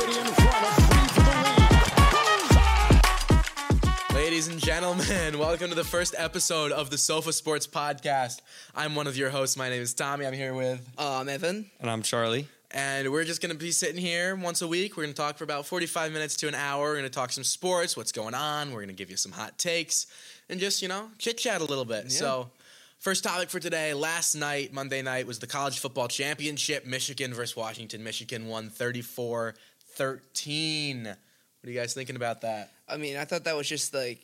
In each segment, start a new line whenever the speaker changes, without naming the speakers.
to the first episode of the Sofa Sports Podcast. I'm one of your hosts. My name is Tommy. I'm here with,
Um, Evan.
And I'm Charlie.
and we're just going to be sitting here once a week. We're going to talk for about 45 minutes to an hour. We're going to talk some sports, what's going on. We're going to give you some hot takes and just, you know, chit chat a little bit. So, first topic for today last night, Monday night, was the college football championship Michigan versus Washington. Michigan won 34 13. What are you guys thinking about that?
I mean, I thought that was just like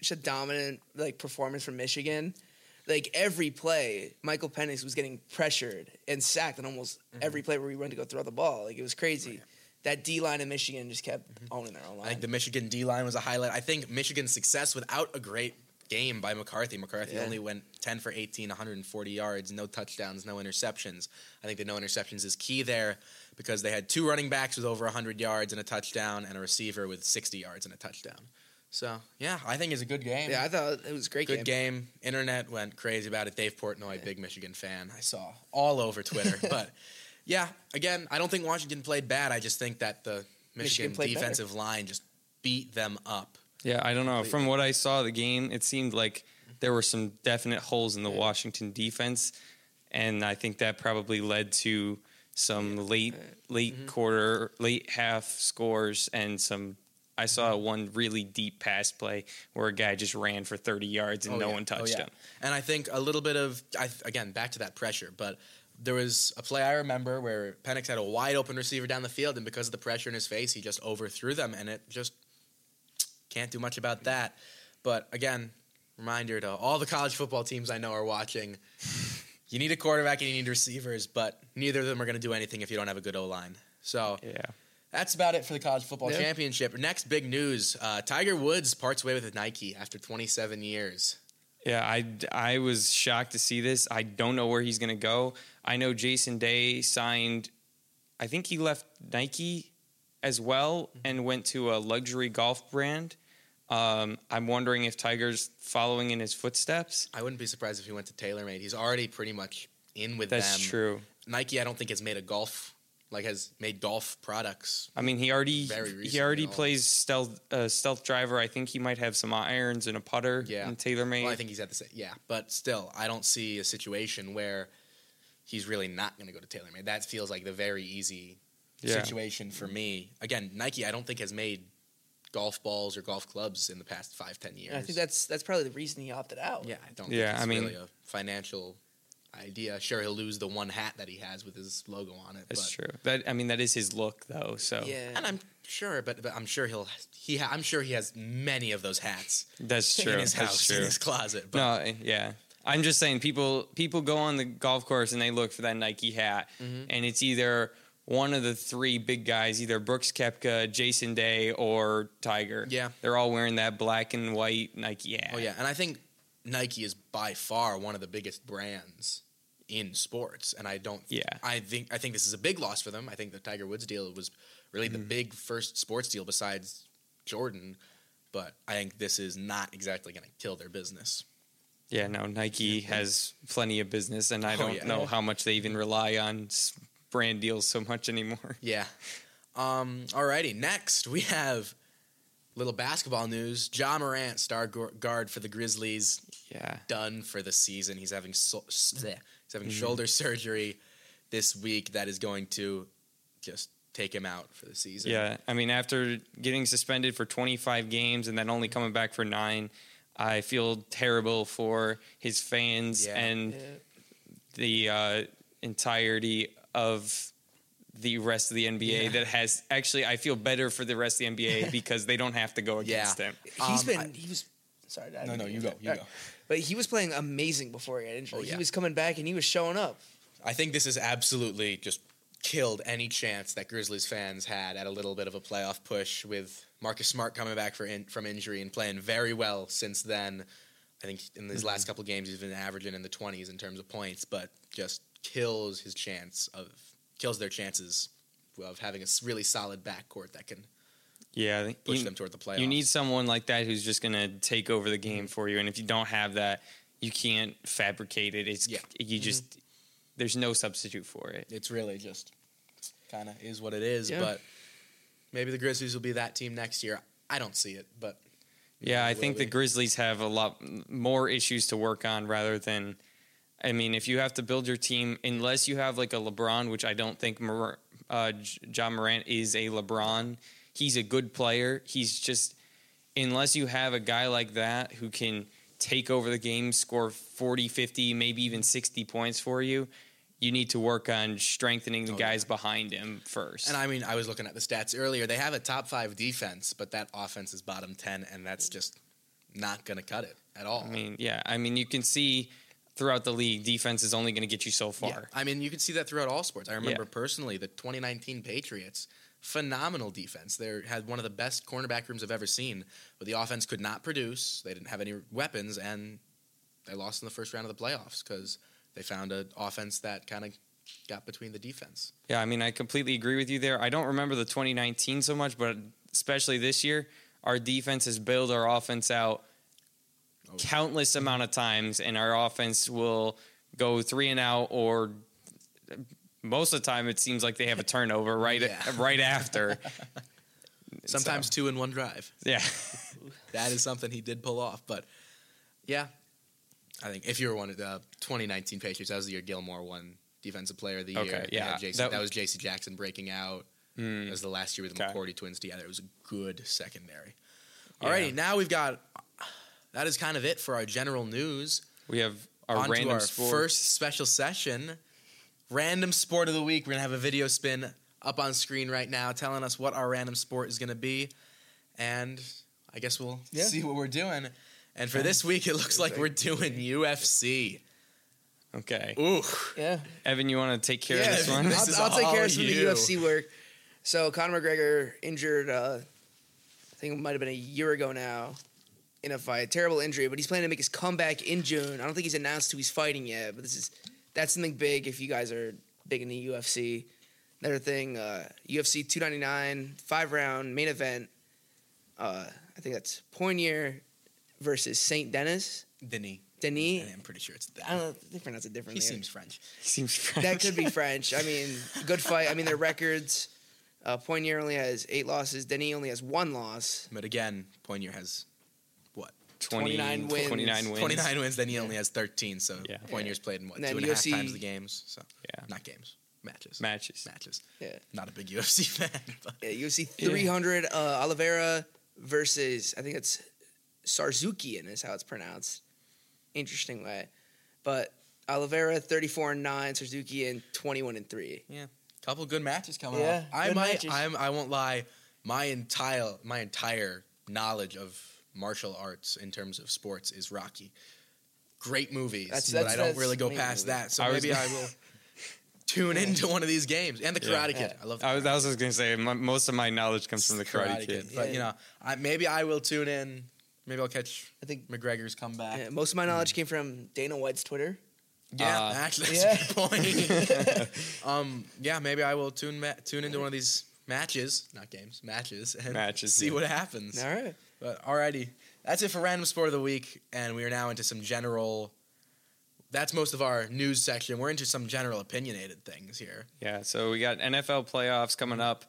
just a dominant like performance from Michigan. Like every play, Michael Penix was getting pressured and sacked on almost
Mm-hmm.
every play where we went to go throw the ball. Like it was crazy. That D line in Michigan just kept owning their own
Mm-hmm. I
line.
think the Michigan D line was a highlight. I think Michigan's success without a great game by McCarthy. McCarthy
Yeah.
only went 10 for 18, 140 yards, no touchdowns, no interceptions. I think the no interceptions is key there because they had two running backs with over 100 yards and a touchdown and a receiver with 60 yards and a touchdown. So, yeah, I think it's a good game.
yeah, I thought it was a great
Good
game.
game. Internet went crazy about it. Dave Portnoy, big Michigan fan, I saw all over Twitter. but yeah, again, I don't think Washington played bad. I just think that the Michigan,
Michigan played
defensive line just beat them up.
Yeah, I don't know. From what I saw of the game, it seemed like there were some definite holes in the Washington defense, and I think that probably led to some late late quarter, late half scores and some I saw one really deep pass play where a guy just ran for 30 yards and
Oh,
no
yeah.
one
Oh,
touched
yeah.
him.
And I think a little bit of, I, again, back to that pressure, but there was a play I remember where Penix had a wide open receiver down the field, and because of the pressure in his face, he just overthrew them, and it just can't do much about that. But again, reminder to all the college football teams I know are watching. You need a quarterback and you need receivers, but neither of them are going to do anything if you don't have a good O line. So
Yeah.
that's about it for the college football
Yeah.
championship. Next big news: uh, Tiger Woods parts way with Nike after 27 years.
Yeah, I, I was shocked to see this. I don't know where he's going to go. I know Jason Day signed, I think he left Nike as well
Mm-hmm.
and went to a luxury golf brand. Um, I'm wondering if Tiger's following in his footsteps.
I wouldn't be surprised if he went to TaylorMade. He's already pretty much in with
That's
them.
true.
Nike, I don't think has made a golf like has made golf products.
I mean, he already
Very
he
recently
already
almost.
plays stealth uh, stealth driver. I think he might have some irons and a putter.
Yeah.
in TaylorMade.
Well, I think he's at the same. Yeah, but still, I don't see a situation where he's really not going to go to TaylorMade. That feels like the very easy
Yeah.
situation for me. Again, Nike, I don't think has made golf balls or golf clubs in the past five ten years.
And I think that's that's probably the reason he opted out.
yeah, I don't.
Yeah,
think it's
I mean-
really a financial idea. Sure, he'll lose the one hat that he has with his logo on it.
that's
but
true. That I mean, that is his look though. So
Yeah.
And I'm sure, but, but I'm sure he'll he ha- I'm sure he has many of those hats
that's true.
in his
That's
house,
true.
in his closet. But
No, I- yeah. I'm just saying people people go on the golf course and they look for that Nike hat
Mm-hmm.
and it's either one of the three big guys, either Brooks Kepka, Jason Day, or Tiger.
Yeah.
They're all wearing that black and white Nike hat.
oh yeah, and I think Nike is by far one of the biggest brands in sports, and I don't.
Yeah.
I think I think this is a big loss for them. I think the Tiger Woods deal was really
Mm-hmm.
the big first sports deal besides Jordan, but I think this is not exactly going to kill their business.
Yeah, no, Nike has plenty of business and I
Oh,
don't
yeah.
know how much they even rely on s- brand deals so much anymore.
Yeah. Um, alrighty. Next, we have little basketball news. John Morant, star gu- guard for the Grizzlies,
Yeah.
done for the season. He's having so- s- bleh. he's having shoulder surgery this week that is going to just take him out for the season.
Yeah, I mean, after getting suspended for 25 games and then only coming back for nine, I feel terrible for his fans
Yeah.
and
Yeah.
the uh, entirety of the rest of the NBA.
Yeah.
That has actually, I feel better for the rest of the NBA because they don't have to go against him.
He's
Um,
been
I-
he was sorry. I
No,
didn't
no,
mean
you
to-
go, you
All right.
go.
But he was playing amazing before he got injured.
Oh,
Like,
yeah.
He was coming back and he was showing up.
I think this has absolutely just killed any chance that Grizzlies fans had at a little bit of a playoff push with Marcus Smart coming back for in, from injury and playing very well since then. I think in these
Mm-hmm.
last couple games he's been averaging in the 20s in terms of points, but just kills his chance of kills their chances of having a s- really solid backcourt that can
Yeah, I
push
think-
them toward the playoffs. Mm-hmm.
You need someone like that who's just going to take over the game for you. And if you don't have that, you can't fabricate it. It's
Yeah. Mm-hmm.
you just there's no substitute for it.
it's really just kind of is what it is,
Yeah.
but maybe the Grizzlies will be that team next year. I don't see it, but
Yeah, I think
Will
the
we?
Grizzlies have a lot more issues to work on rather than. I mean, if you have to build your team, unless you have like a LeBron, which I don't think Mor- uh, J- John Morant is a LeBron. He's a good player. He's just unless you have a guy like that who can take over the game, score 40, 50, maybe even 60 points for you, you need to work on strengthening the
Oh,
guys behind him first.
And I mean, I was looking at the stats earlier. They have a top five defense, but that offense is bottom ten, and that's just not going to cut it at all.
I mean, yeah, I mean, you can see throughout the league, defense is only going to get you so far.
Yeah. I mean, you can see that throughout all sports. I remember
Yeah.
personally the 2019 Patriots, phenomenal defense. They had one of the best cornerback rooms I've ever seen, but the offense could not produce. They didn't have any weapons, and they lost in the first round of the playoffs because they found an offense that kind of got between the defense.
Yeah, I mean, I completely agree with you there. I don't remember the 2019 so much, but especially this year, our defense has bailed our offense out
Oh.
countless amount of times, and our offense will go three and out or. Most of the time, it seems like they have a turnover right
Yeah.
right after.
Sometimes two in one drive.
yeah,
That is something he did pull off. But yeah, I think if you were one of the 2019 Patriots, that was the year Gilmore won Defensive Player of the
Okay,
Year. You had
yeah,
JC
that- Hmm.
that, was J.C. Jackson breaking out. That was the last year with the
Okay.
McCourty twins together. It was a good secondary.
Yeah.
Alrighty, now we've got. That is kind of it for our general news.
we have our
On to
random
our
sport.
first special session, random sport of the week. We're gonna have a video spin up on screen right now, telling us what our random sport is gonna be, and I guess we'll
Yeah.
see what we're doing. And for this week, it looks like we're doing UFC.
okay,
Ooh,
Yeah.
Evan, you want to take care
Yeah,
of this one?
This is
I'll, I'll take
all
care of some
you.
of the UFC work. So Conor McGregor injured, uh, I think it might have been a year ago now, in a fight. Terrible injury, but he's planning to make his comeback in June. I don't think he's announced who he's fighting yet, but this is that's something big. If you guys are big into UFC, another thing, uh, UFC 299, five round main event. Uh, I think that's Poinier versus Saint Denis.
Denis.
Denis.
I'm pretty sure it's
I don't
that.
know. They pronounce it differently.
He seems French.
Seems
That
French.
could be French. I mean, good fight. I mean, their records. Uh, Poinier only has eight losses. Denny only has one loss.
But again, Poirier has
20
29 wins.
29 wins.
29 wins. Then he only has 13. So
Yeah.
Poirier's played in what
And
two
then
and a half
UFC
times the games. So
Yeah.
not games, matches,
matches.
matches.
Yeah.
Not a big UFC fan, but
Yeah, UFC
Yeah.
300. Uh, Oliveira versus I think it's Sarzukian is how it's pronounced. Interesting way, but Oliveira 34 and nine. Sarzukian 21 and three.
couple good matches coming
Yeah,
up. I
good
might.
matches.
I'm, I won't lie. My entire my entire knowledge of martial arts in terms of sports is Rocky. Great movies,
That's-
but
that's-
I don't
that's
really go
main
past
movie.
that. So
I was
maybe I will tune into one of these games and the
Yeah.
Karate Kid.
Yeah.
I love the
I was, I was just gonna say my, most of my knowledge comes from the Karate, Kid.
But
Yeah.
you know, I, maybe I will tune in. Maybe I'll catch
I think
McGregor's comeback.
uh, most of my
Mm.
knowledge came from Dana White's Twitter.
Yeah,
Uh,
actually, that's a good point. um, yeah, maybe I will tune ma- tune into one of these matches, not games, matches, and
Matches,
see
yeah.
what happens.
All right.
But alrighty, that's it for random sport of the week, and we are now into some general. That's most of our news section. We're into some general opinionated things here.
Yeah, so we got NFL playoffs coming up.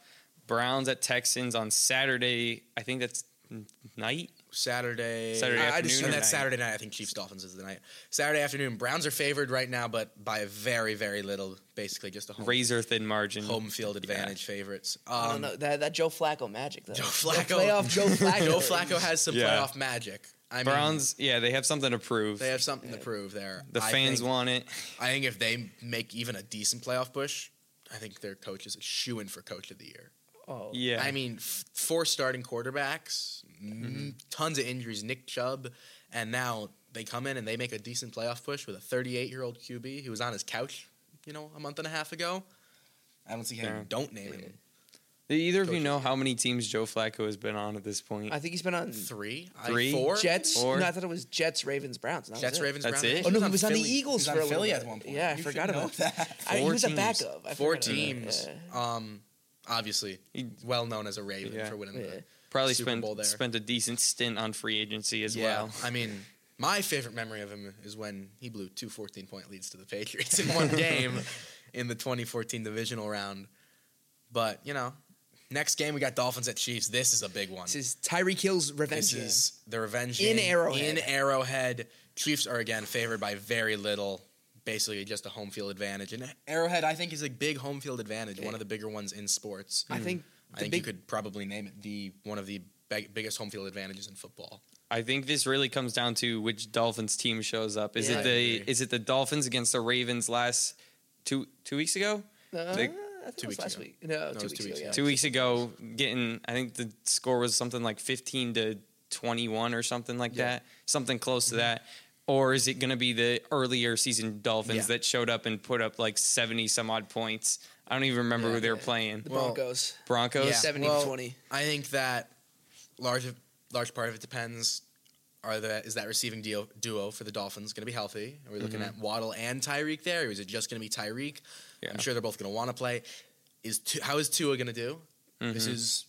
Browns at Texans on Saturday. I think that's n- night.
Saturday,
Saturday
I- I
afternoon
just-
or
and that's
night?
Saturday night. I think Chiefs Dolphins is the night. Saturday afternoon. Browns are favored right now, but by very very little. Basically, just a home,
Razor thin margin.
home field advantage favorites. Um,
I don't know that that Joe Flacco magic though.
Joe
The
Flacco.
playoff Joe Flacco.
Joe Flacco has some
Yeah.
playoff magic. I mean,
Browns, yeah, they have something to prove.
They have something to prove there.
the
I
fans
think,
want it.
I think if they make even a decent playoff push, I think their coach is a shoo in for coach of the year.
Oh.
Yeah,
I mean, f- four starting quarterbacks,
Mm-hmm.
m- tons of injuries, Nick Chubb, and now they come in and they make a decent playoff push with a 38 year old QB who was on his couch, you know, a month and a half ago. I don't see how
Yeah.
you don't name him
do either of you
Coach-
know how many teams Joe Flacco has been on at this point?
I think he's been on
three,
Three?
I, four
Jets.
Four?
No, I thought it was Jets, Ravens, Browns. and that was
Jets,
it.
Ravens,
That's
Browns.
it?
Oh no, he
on
was on the
Philly-
Eagles
he was
for a
on
little
Philly
bit.
at one point.
Yeah, I
You should
forgot
know
about that. I, he
Four
was a
teams.
backup. I
Four
forgot about that.
teams.
Yeah.
Um, obviously,
He
well known as a Raven
Yeah.
for winning
Yeah.
the
probably
Super Bowl
spent
there.
spent a decent stint on free agency as well.
I mean, my favorite memory of him is when he blew two 14 point leads to the Patriots in one game in the 2014 divisional round. But, you know, Next game we got Dolphins at Chiefs. This is a big one.
This is Tyreek Hill's revenge.
This
game.
is the revenge
In
game. In
Arrowhead.
Arrowhead, Chiefs are again favored by very little, basically just a home field advantage. And Arrowhead, I think, is a big home field advantage, one of the bigger ones in sports.
uh, I think
I
the
think you
big
could probably name it the one of the big, biggest home field advantages in football.
I think this really comes down to which Dolphins team shows up. Is
Yeah, I
it the
agree.
is it the Dolphins against the Ravens last two two weeks ago?
uh,
big-
I think
two
it was
weeks
last
ago.
week. No,
it
two,
was
weeks ago. Yeah.
Two weeks ago, getting I think the score was something like fifteen to twenty one or something like
Yeah.
that, something close to that. Or is it going to be the earlier season Dolphins
Yeah.
that showed up and put up like seventy some odd points? I don't even remember
Yeah,
who they were
yeah.
playing.
The
Well,
Broncos.
Broncos.
yeah.
70
Well,
to 20.
I think that large large part of it depends. Are the is that receiving duo, duo for the Dolphins going to be healthy? Are we looking at Waddle and Tyreek there? Or is it just going to be Tyreek?
Mm-hmm. Yeah.
I'm sure they're both going to want to play. Is Tu- how is Tua going to do? This
Mm-hmm.
is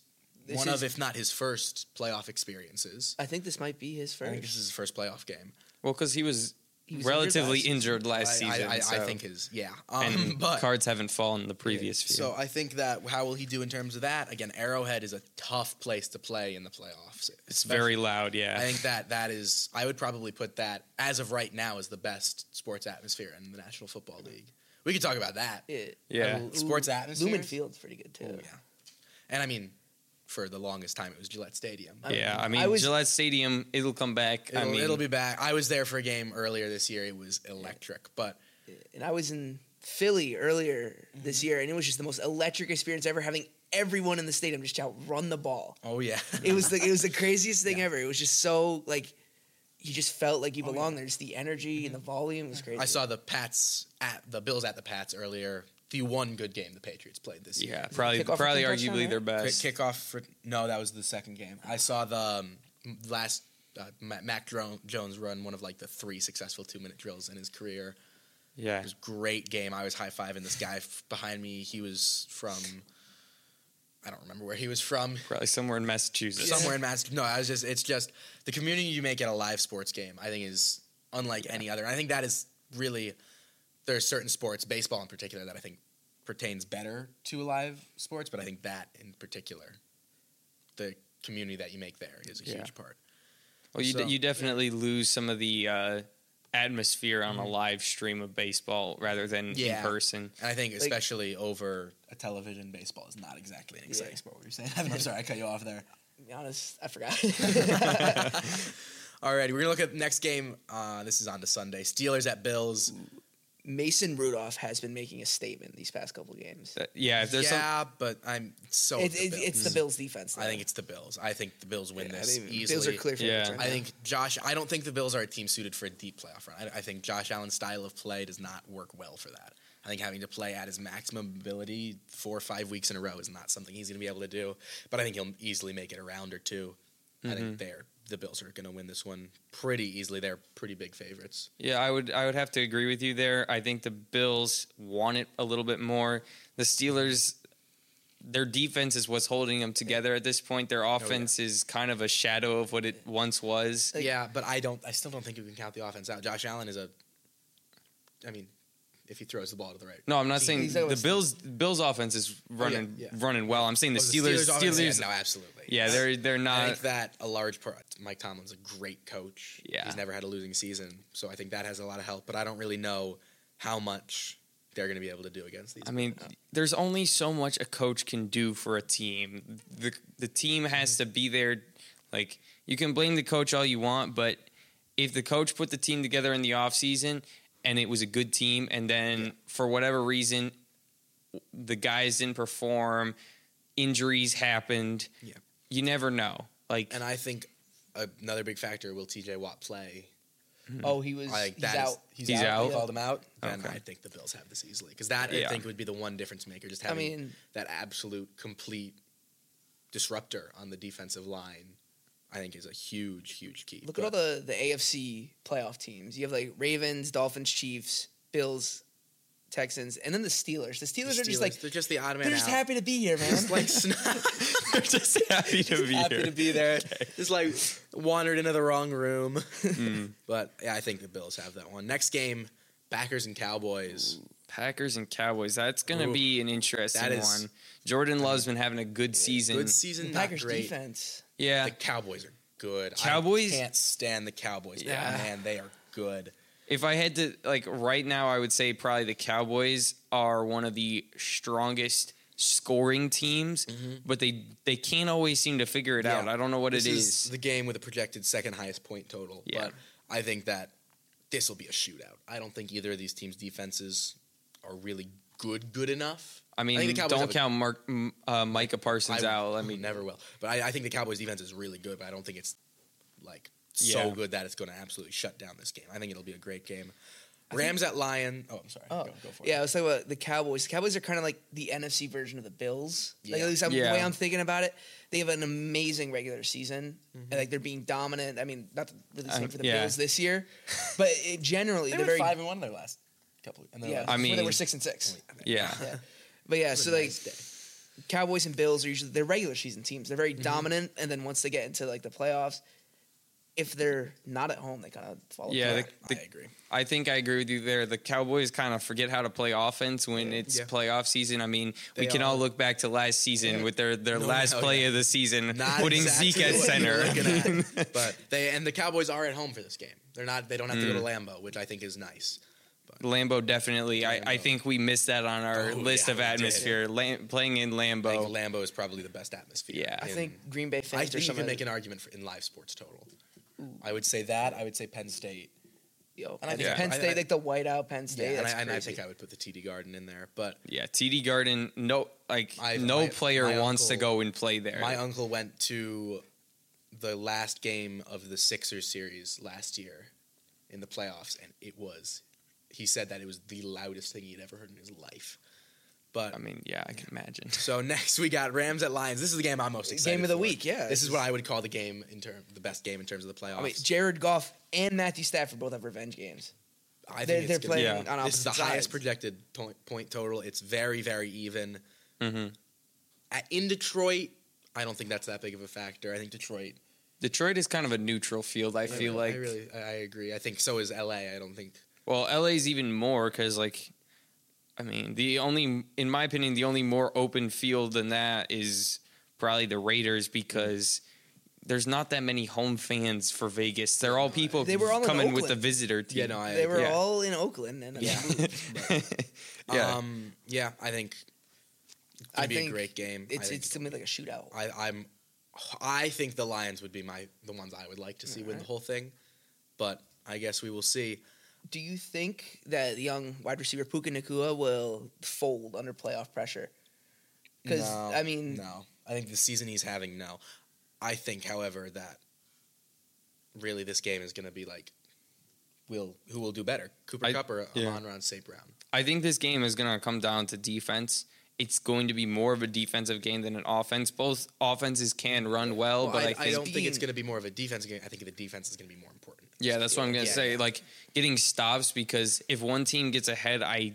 This
one
is-
of, if not his first playoff experiences.
I think this might be his
I think
first.
this is his first playoff game.
Well, because he was,
He was
relatively
injured
injured last,
I-
season.
I, I, I
so-
think his yeah. Um,
and
but
cards haven't fallen the previous few.
So I think that how will he do in terms of that? Again, Arrowhead is a tough place to play in the playoffs.
it's very loud. Yeah.
I think that that is. I would probably put that as of right now as the best sports atmosphere in the National Football League. We could talk about that.
Yeah. Oh,
Yeah.
Lu-
Sports atmosphere?
Lumen Field's pretty good, too.
Ooh, yeah. And I mean, for the longest time, it was Gillette Stadium.
I
yeah,
mean,
I mean
I was-
Gillette Stadium, it'll come back.
It'll,
I mean,
it'll be back. I was there for a game earlier this year. It was electric, but
And I was in Philly earlier this
Mm-hmm.
year, and it was just the most electric experience ever having everyone in the stadium just out run the ball.
oh yeah,
It was the, it was the craziest thing ever. It was just so, like, you just felt like you
Oh, yeah. Mm-hmm.
belong there. Just the energy and the volume was crazy.
I saw the Pats at the Bills at the Pats earlier. The one good game the Patriots played this year.
yeah, probably
kickoff
probably
return touchdown,
arguably
right?
their
Quick
best.
kickoff for no, that was the second game. I saw the um, last uh, Ma- Mac Dro- Jones run one of like the three successful two minute drills in his career. It
Yeah.
was a great game. I was high fiving this guy f- behind me. He was from I don't remember where he was from.
Probably somewhere in Massachusetts.
Somewhere in Massachusetts. No, I was just it's just the community you make at a live sports game. I think is unlike any other. And I think that is really there are certain sports, baseball in particular, that I think pertains better to live sports, but I think that in particular, the community that you make there is a
Yeah.
huge part.
Well, you,
So-
d- you definitely lose some of the uh, atmosphere on a live stream of baseball rather than
Mm-hmm. Yeah.
in person.
And I think
Like-
especially over a television, baseball is not exactly an exciting
Yeah.
sport. What you're saying? I'm sorry, I cut you off there.
to be honest, I forgot.
All right, we're gonna look at the next game. Uh, this is on to Sunday. Steelers at Bills.
Mason Rudolph has been making a statement these past couple games.
That- yeah, if there's some,
Yeah, but I'm so
It,
the
it,
Bills.
it's the Bills' defense.
I
though.
think it's the Bills. I think the Bills win
Yeah, I
this
mean,
easily.
Bills are clear
Yeah.
favorites. right
I
now.
think Josh. I don't think the Bills are a team suited for a deep playoff run. I, I think Josh Allen's style of play does not work well for that. I think having to play at his maximum ability four or five weeks in a row is not something he's going to be able to do. But I think he'll easily make it a round or 2 I
Mm-hmm.
think they're the Bills are going to win this one pretty easily. They're pretty big favorites.
yeah, I would I would have to agree with you there. I think the Bills want it a little bit more. The Steelers, their defense is what's holding them together at this point. Their
Oh,
offense is kind of a shadow of what it once was.
yeah, but I don't. I still don't think you can count the offense out. Josh Allen is a. I mean, if he throws the ball to the right.
No, I'm not saying
He's
the
always-
Bills. Bills offense is running
Oh, yeah.
running well. I'm saying the
Oh,
Steelers.
offense, yeah,
Steelers.
no, absolutely.
yeah, they're uh, they're
I
not.
think that a large part. Mike Tomlin's a great coach.
Yeah.
he's never had a losing season, so I think that has a lot of help. But I don't really know how much they're going to be able to do against these.
I mean, there's only so much a coach can do for a team. the The team has to be there. Like you can blame the coach all you want, but if the coach put the team together in the offseason and it was a good team, and then for whatever reason the guys didn't perform, injuries happened.
Yeah.
you never know. Like
and I think another big factor will T.J. Watt play.
Oh, he was
Like
he's
that
out.
is- he's,
He's
out.
out?
They Called him out. Then
Okay.
I think the Bills have this easily because that I
Yeah.
think would be the one difference maker. Just
I
having
mean-
that absolute complete disruptor on the defensive line, I think is a huge, huge key.
Look at all
But
the the AFC playoff teams. You have like Ravens, Dolphins, Chiefs, Bills, Texans, and then the Steelers. The Steelers, are just like
they're just the odd man
they're just
out.
happy to be here, man.
It's like snot.
They're just happy to be
happy
here.
to be there. Just like
Mm.
wandered into the wrong room. But yeah, I think the Bills have that one. Next game, Packers and Cowboys.
Packers and Cowboys. That's going to
Ooh,
be an interesting
that is-
one. Jordan Love's been having a good season.
Good season, not
Packers
great.
defense.
yeah.
The Cowboys are good.
Cowboys-
I can't stand the Cowboys. but
Yeah.
man, they are good.
If I had to, like, right now, I would say probably the Cowboys are one of the strongest scoring teams, but they they can't always seem to figure it
Mm-hmm. Yeah.
out. I don't know what
this
it
is,
is.
the game with a projected second highest point total.
Yeah.
But I think that this will be a shootout. I don't think either of these teams' defenses are really good good enough.
I mean,
think the Cowboys have
don't
a-
count Mark m- uh, Micah Parsons
I
out. I
who
mean,
never will. But I, I think the Cowboys' defense is really good. But I don't think it's like so
Yeah.
good that it's going to absolutely shut down this game. I think it'll be a great game. Rams at Lion. Oh, I'm sorry.
Oh,
go, go for
yeah. I
it.
was talking about the Cowboys. The Cowboys are kind of like the NFC version of the Bills. Like
Yeah.
at least I'm,
Yeah.
the way I'm thinking about it, they have an amazing regular season,
Mm-hmm.
and like they're being dominant. I mean, not to really
Um,
speak for the
yeah.
Bills this year, but it, generally
They
are
were
very
five and one their last couple. And their
yeah.
last-
I
they
mean-
were six and six.
yeah.
Yeah. But yeah, so
What a
like
nice day.
Cowboys and Bills are usually they're regular season teams. They're very
Mm-hmm.
dominant, and then once they get into like the playoffs, if they're not at home, they kind of fall
Yeah,
apart.
the- the-
I agree.
I think I agree with you there. The Cowboys kind of forget how to play offense when it's
Yeah.
playoff season. I mean, we
They
can all
are.
look back to last season
Yeah.
with their, their
No,
last
no,
play
yeah.
of the season,
Not
putting
exactly
Zeke at
what you're
center.
looking at, but they and the Cowboys are at home for this game. They're not. They don't have to go to Lambeau, which I think is nice.
Lambeau definitely. I, I
Lambeau.
think we missed that on our
Oh,
list
yeah,
of
we did.
atmosphere. Lam- playing in
I
Lambeau.
think Lambeau is probably the best atmosphere.
Yeah.
I
in-
think Green Bay fans
I
or
think you
something.
can make an argument for in live sports total. I would say that. I would say Penn State.
yo,
and I
I think
think-
Penn
I-
State,
I-
like the whiteout Penn State.
Yeah, and
that's
I, and I
crazy.
think I would put the TD Garden in there. But
yeah, TD Garden. No, like
I-
no
my-
player
my
wants to
uncle-
go and play there.
my uncle went to the last game of the Sixers series last year in the playoffs, and it was. He said that it was the loudest thing he'd ever heard in his life. But
I mean, yeah, I can imagine.
So next we got Rams at Lions. This is the game I'm most excited.
Game of the
for.
week, yeah.
This is what I would call the game in term the best game in terms of the playoffs.
I mean, Jared Goff and Matthew Stafford both have revenge games.
I think
they're-
it's gonna
they're
be-
playing
on
This is the
opposite sides.
highest projected point, point total. It's very very even.
hmm
At, in Detroit, I don't think that's that big of a factor. I think Detroit.
Detroit is kind of a neutral field. I feel like.
I really I I agree. I think so is LA. I don't think
Well, LA's even more because, like, I mean, the only, in my opinion, the only more open field than that is probably the Raiders because there's not that many home fans for Vegas. They're all people
They were all in
coming with the
Oakland.
visitor team.
Yeah, no, I
they were
yeah.
all in Oakland, and
Yeah.
Yeah.
Um, yeah, I think it's gonna
I
be
think
a great game. I
it's
think
it's gonna be like a shootout.
I, I'm I think the Lions would be my the ones I would like to see win the
Alright.
whole thing, but I guess we will see.
Do you think that young wide receiver Puka Nakua will fold under playoff pressure? Because
No,
I mean,
no, I think the season he's having no. I think, however, that really this game is going to be like, will who will do better, Cooper
I-
Cup or
yeah.
Amon Ron St. Brown?
I think this game is going to come down to defense. It's going to be more of a defensive game than an offense. Both offenses can run well, but I, think
don't think it's
Being-
going to be more of a defense game. I think the defense is going to be more important.
Yeah, that's what I'm gonna
Yeah.
say. Like getting stops because if one team gets ahead, I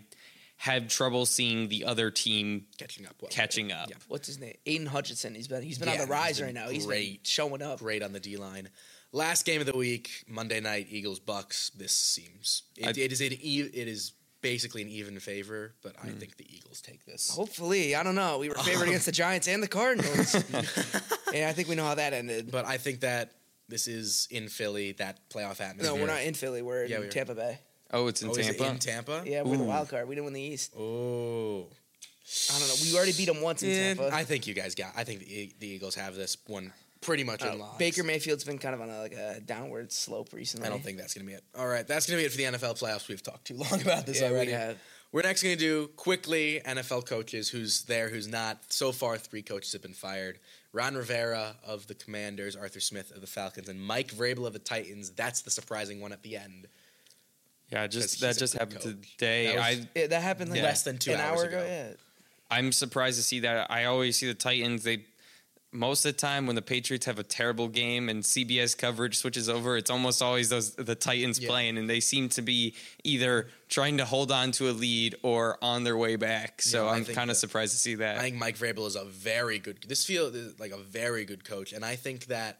have trouble seeing the other team
Catching up, well.
catching up.
Yeah.
what's his name? Aiden Hutchinson. He's been he's been on
Yeah,
the rise
he's been
right now. He's been
great.
showing up.
great on the D line. Last game of the week, Monday night, Eagles Bucks. This seems it,
I-
it is an e- it is basically an even favor, but
Mm.
I think the Eagles take this.
Hopefully, I don't know. We were favored against the Giants and the Cardinals, and I think we know how that ended.
But I think that this is in Philly, that playoff atmosphere.
no, we're not in Philly. We're
Yeah,
in
we are.
Tampa Bay.
Oh, it's in
Oh, is it
Tampa.
in Tampa.
Yeah, we're the
Ooh.
wild card. We didn't win the East.
Oh,
I don't know. We already beat them once in Tampa. Uh,
I think you guys got. I think the, E- the Eagles have this one pretty much
Uh,
in lock.
Baker Mayfield's been kind of on a, like a downward slope recently.
I don't think that's gonna be it. All right, that's gonna be it for the NFL playoffs. We've talked too long about this
Yeah, we
already.
have.
We're next going to do quickly NFL coaches who's there, who's not. So far, three coaches have been fired Ron Rivera of the Commanders, Arthur Smith of the Falcons, and Mike Vrabel of the Titans. That's the surprising one at the end.
Yeah,
Because
just
he's
that
a
just
good
happened
coach.
today.
That was-
I
Yeah, that happened like
Yeah.
Less than two
an
hours
hour
ago.
ago. yeah.
I'm surprised to see that. I always see the Titans. They most of the time when the Patriots have a terrible game and CBS coverage switches over, it's almost always those the Titans
Yeah.
playing, and they seem to be either trying to hold on to a lead or on their way back. So
Yeah, I
I'm
think
kind of
the-
surprised to see that.
I think Mike Vrabel is a very good, this field is like a very good coach. And I think that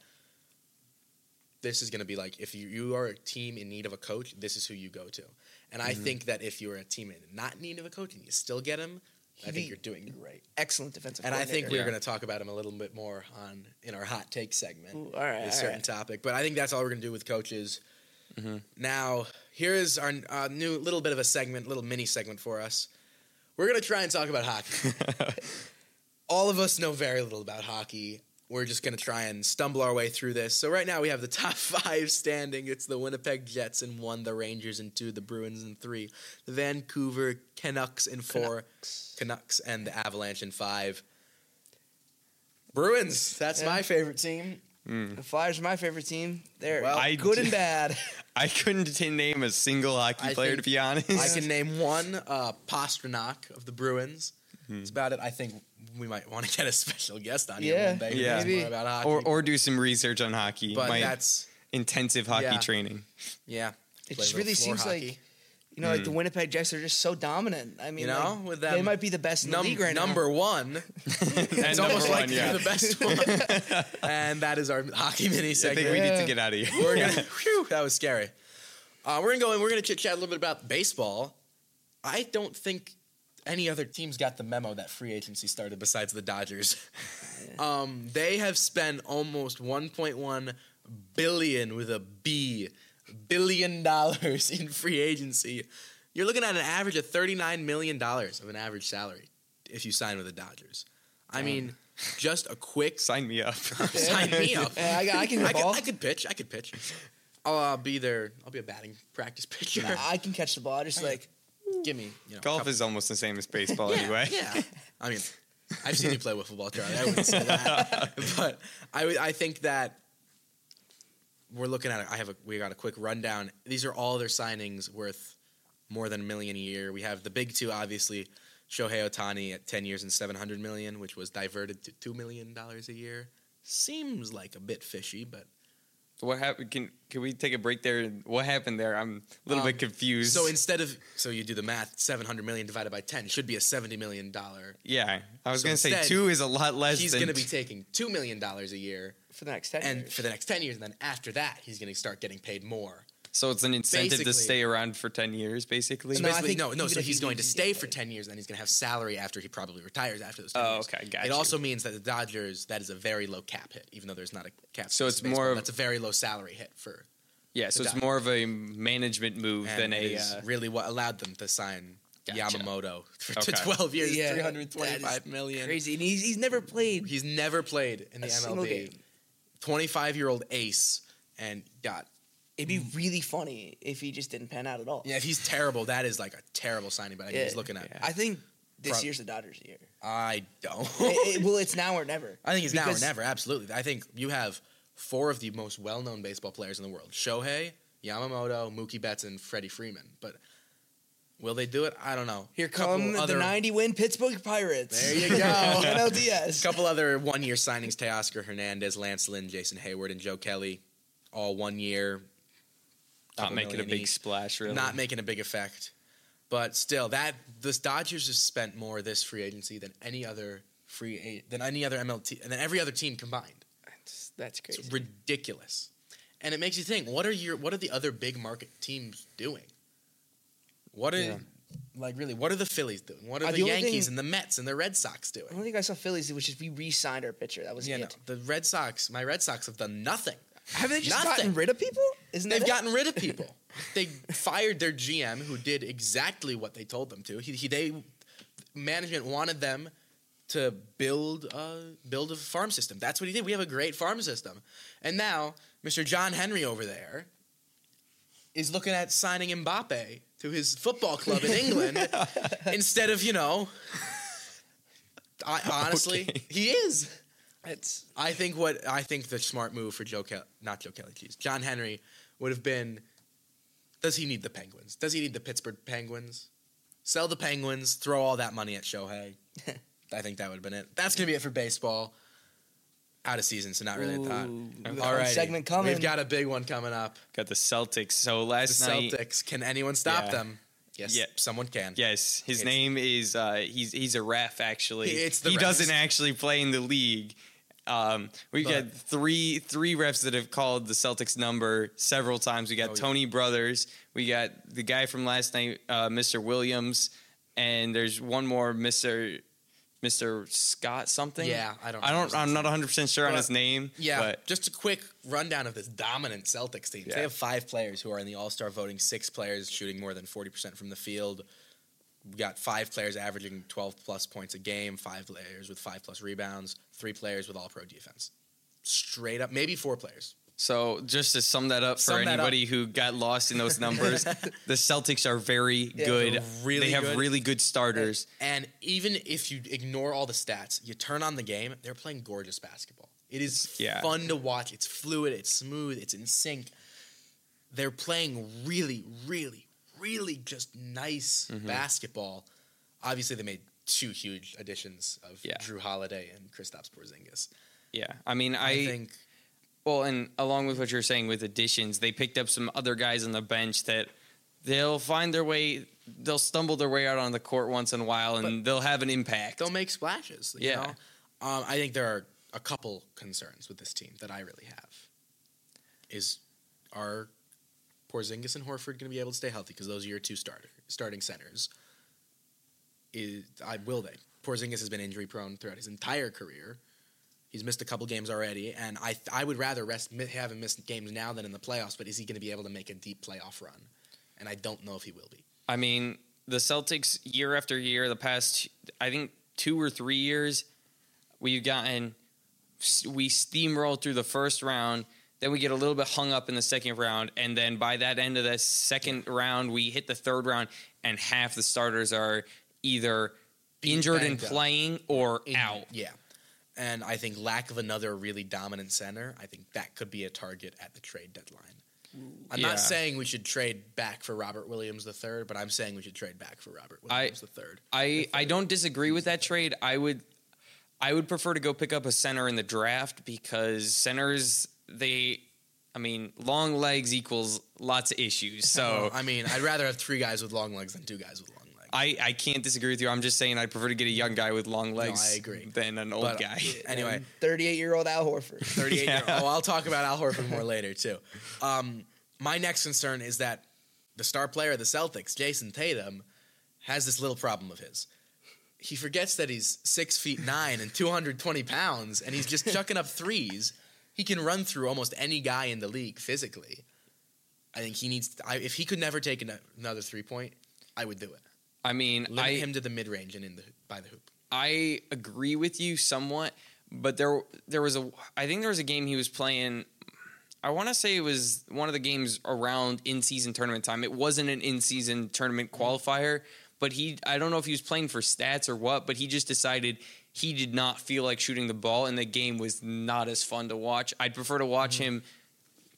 this is going to be like, if you, you are a team in need of a coach, this is who you go to. And I think that if you're a team in not need of a coach and you still get him, I think
He-
you're doing great.
Excellent defensive.
And I think
coordinator.
we're
Yeah.
going to talk about him a little bit more on in our hot take segment.
Ooh, all right, Mm-hmm.
a
all
certain
right.
topic, but I think that's all we're going to do with coaches. Now, here is our uh, new little bit of a segment, little mini segment for us. We're going to try and talk about hockey. all of us know very little about hockey. We're just going to try and stumble our way through this. So right now we have the top five standing. It's the Winnipeg Jets in one, the Rangers in two, the Bruins in three, the Vancouver Canucks in four, Canucks, and the Avalanche in five. Bruins, that's
Yeah.
my favorite team.
The Flyers are my favorite team. They're
Well,
I
good
d-
and bad.
I couldn't t- name a single hockey
I
player,
think
to be honest.
I can name one uh, Pasternak of the Bruins.
Hmm.
It's about it. I think we might want to get a special guest on here
Yeah,
one day. who
Yeah.
knows
maybe.
more about hockey.
or, or do some research on hockey.
but
my
that's
intensive hockey
Yeah.
training.
yeah.
It
Play a
just
little
really
floor
seems
hockey. Hmm.
like you know, like the Winnipeg Jets are just so dominant. I mean,
You know,
like,
with
they
them
might be the best in the
Num-
league right now.
number one.
That's
It's almost like you're the best one. and that is our hockey mini
I
segment.
think we need to
Yeah.
get out of here.
We're gonna. Whew, that was scary. Uh, we're gonna go and we're gonna chit chat a little bit about baseball. I don't think any other teams got the memo that free agency started besides the Dodgers. um, they have spent almost 1.1 billion with a B billion dollars in free agency. You're looking at an average of 39 million dollars of an average salary if you sign with the Dodgers. I mean, just a quick
Sign me up.
sign me up.
Yeah, I, got- I can hit
I
the
could,
ball.
I could pitch. I could pitch. I'll uh, be there. I'll be a batting practice pitcher.
I can catch the ball. I
Oh,
just like
Give me you know, a
Golf
couple-
is almost the same as baseball,
yeah,
anyway.
Yeah. I mean, I've seen you play wiffle ball, Charlie. I wouldn't say that, but I would- I think that we're looking at. it. I have a we got a quick rundown. These are all their signings worth more than a million a year. We have the big two, obviously. Shohei Otani at 10 years and 700 million, which was diverted to 2 million dollars a year. Seems like a bit fishy, but
What happened? Can can we take a break there? What happened there? I'm a little
Um,
bit confused.
So instead of so you do the math, seven hundred million divided by ten should be a seventy million dollar.
yeah, I was
so
gonna say
instead,
two is a lot less.
He's
than
going to be taking two million dollars a year,
for the next ten.
and
years.
for the next ten years, and then after that, he's going to start getting paid more.
so it's an incentive
basically-
to stay around for ten years, basically.
So
No, I
basically,
think
no, no.
even
So
if
he's
he
going to
leaves,
stay
he
for
gets
ten years, and he's going to have salary after he probably retires after those. 10
Oh,
years.
okay, got
It
you.
also means that the Dodgers that is a very low cap hit, even though there's not a cap.
So
space
it's
in
more
baseball.
of-
that's a very low salary hit for.
yeah,
the
so it's
Dodgers.
more of a management move
And
than
it
a.
is
Uh,
really what allowed them to sign
Gotcha.
Yamamoto for
Okay.
twelve years,
Yeah,
three hundred twenty-five
that is
million.
crazy, and he's, he's never played
He's never played in the
a single
MLB.
game.
Twenty-five year old ace and got
It'd be really funny if he just didn't pan out at all.
Hmm. yeah. If he's terrible, that is like a terrible signing. But I mean, he's looking at.
yeah.
I think this
Prob-
year's the Dodgers' year.
I don't.
It- it- well, it's now or never.
I think it's now or
Because-
never. Absolutely. I think you have four of the most well known baseball players in the world: Shohei, Yamamoto, Mookie Betts, and Freddie Freeman. But will they do it? I don't know.
Here
Couple
come the
other-
ninety win Pittsburgh Pirates.
There you go.
Fernando Diaz.
couple other one year signings Teoscar Hernandez, Lance Lynn, Jason Hayward, and Joe Kelly, all one year.
not
couple
making a
million
big
each.
splash, really.
not making a big effect. But still, that the Dodgers have spent more this free agency than any other free a- than any other MLT than every other team combined.
That's, that's crazy.
It's ridiculous, and it makes you think: what are your what are the other big market teams doing? What are
Yeah.
like really? What are the Phillies doing? What are
Uh,
the,
the only
Yankees
thing-
and the Mets and the Red Sox
I don't
doing?
think I saw Phillies do, which is we re-signed our pitcher. That was
You know,
it.
the Red Sox, my Red Sox have done nothing.
Haven't they just
Nothing.
gotten rid of people? Isn't that
They've
it?
gotten rid of people. they fired their GM, who did exactly what they told them to. He, he they management wanted them to build a build a farm system. That's what he did. We have a great farm system, and now Mr. John Henry over there is looking at signing Mbappe to his football club in England instead of you know. I, honestly,
Okay.
he is.
It's
I think what I think the smart move for Joe Kelly, not Joe Kelly, geez, John Henry would have been. Does he need the Penguins? Does he need the Pittsburgh Penguins? Sell the Penguins, throw all that money at Shohei. I think that would have been it. That's gonna be it for baseball. Out of season, so not really a thought.
Ooh, we got
All
our
right,
segment coming.
We've got a big one coming up.
Got the Celtics. So
The
last night,
Celtics. Can anyone stop
Yeah.
them? Yes,
Yeah.
someone can.
Yes, his
It's-
name is uh, he's he's a ref actually.
He- it's the
he
ref.
doesn't actually play in the league, Um, we've
But-
got three three refs that have called the Celtics number several times. We got
Oh, yeah.
Tony Brothers, we got the guy from last night, uh, Mr. Williams, and there's one more, Mr. Mr. Scott something.
Yeah, I don't
I
know
don't.
his
I'm not 100 percent sure on
But-
his name.
Yeah,
but
just a quick rundown of this dominant Celtics team.
Yeah.
They have five players who are in the All Star voting, six players shooting more than 40% from the field. We got five players averaging 12 plus points a game, five players with five plus rebounds, three players with all pro defense. Straight up, maybe four players.
So just to sum that up for
Sum that
anybody who got lost in those numbers, the Celtics are very good.
they're really
they have
good.
really good starters.
And even if you ignore all the stats, you turn on the game, they're playing gorgeous basketball. It is
Yeah.
fun to watch. It's fluid, it's smooth, it's in sync. They're playing really, really, really just nice
Mm-hmm.
basketball. Obviously, they made two huge additions of
Yeah.
Drew Holiday and Kristaps Porzingis.
Yeah, I mean, I,
I, think
well, and along with what you're saying with additions, they picked up some other guys on the bench that they'll find their way. They'll stumble their way out on the court once in a while, and they'll have an impact.
they'll make splashes. You
Yeah.
know? um, I think there are a couple concerns with this team that I really have. Is are Porzingis and Horford going to be able to stay healthy? Because those are your two starter starting centers. Is I will they? Porzingis has been injury prone throughout his entire career. He's missed a couple games already, and I I would rather rest mi- have him miss games now than in the playoffs. But is he going to be able to make a deep playoff run? And I don't know if he will be.
I mean, the Celtics year after year, the past I think two or three years, we've gotten we steamrolled through the first round, then we get a little bit hung up in the second round, and then by that end of the second round, we hit the third round, and half the starters are either injured and
banged up.
playing or
in-
out.
Yeah. And I think lack of another really dominant center, I think that could be a target at the trade deadline. I'm
Yeah.
not saying we should trade back for Robert Williams III, but I'm saying we should trade back for Robert
I-
Williams III.
I, I don't disagree with that trade. I would I would prefer to go pick up a center in the draft because centers they I mean long legs equals lots of issues. So
I mean, I'd rather have three guys with long legs than two guys with long legs.
I, I can't disagree with you. I'm just saying I prefer to get a young guy with long legs
I agree.
than an old
But, uh,
guy.
Anyway,
38 year old Um, Al Horford.
38 year
Yeah.
old. Oh, I'll talk about Al Horford more later, too. Um, my next concern is that the star player of the Celtics, Jason Tatum, has this little problem of his. He forgets that he's six feet nine and 220 pounds, and he's just chucking up threes. He can run through almost any guy in the league physically. I think he needs, I, if he could never take an, another three point, I would do it.
I mean
Limit
I
him to the mid range and in the, by the hoop.
I agree with you somewhat, but there there was a I think there was a game he was playing. I want to say it was one of the games around in season tournament time. It wasn't an in season tournament qualifier, but he I don't know if he was playing for stats or what, but he just decided he did not feel like shooting the ball, and the game was not as fun to watch. I'd prefer to watch him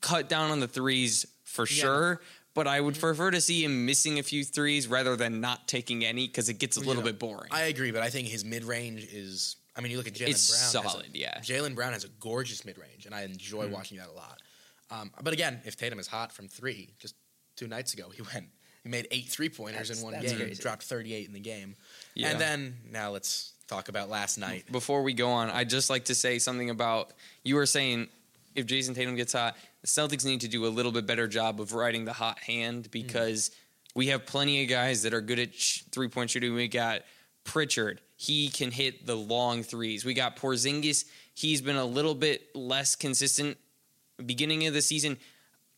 cut down on the threes for sure. But I would prefer to see him missing a few threes rather than not taking any because it gets a little
know,
bit boring.
I agree, but I think his mid range is. I mean, you look at Jalen Brown.
It's
has a-
solid, yeah. Mm-hmm.
Jalen Brown has a gorgeous mid range, and I enjoy watching that a lot. Um, but again, if Tatum is hot from three, just two nights ago he went, he made eight three pointers in
That's-
one
that's
game,
crazy.
dropped thirty eight in the game,
Yeah.
and then now let's talk about last night.
before we go on, I'd just like to say something about you were saying if Jason Tatum gets hot, the Celtics need to do a little bit better job of riding the hot hand because we have plenty of guys that are good at sh- three point shooting. We got Pritchard, he can hit the long threes. We got Porzingis, he's been a little bit less consistent. Beginning of the season,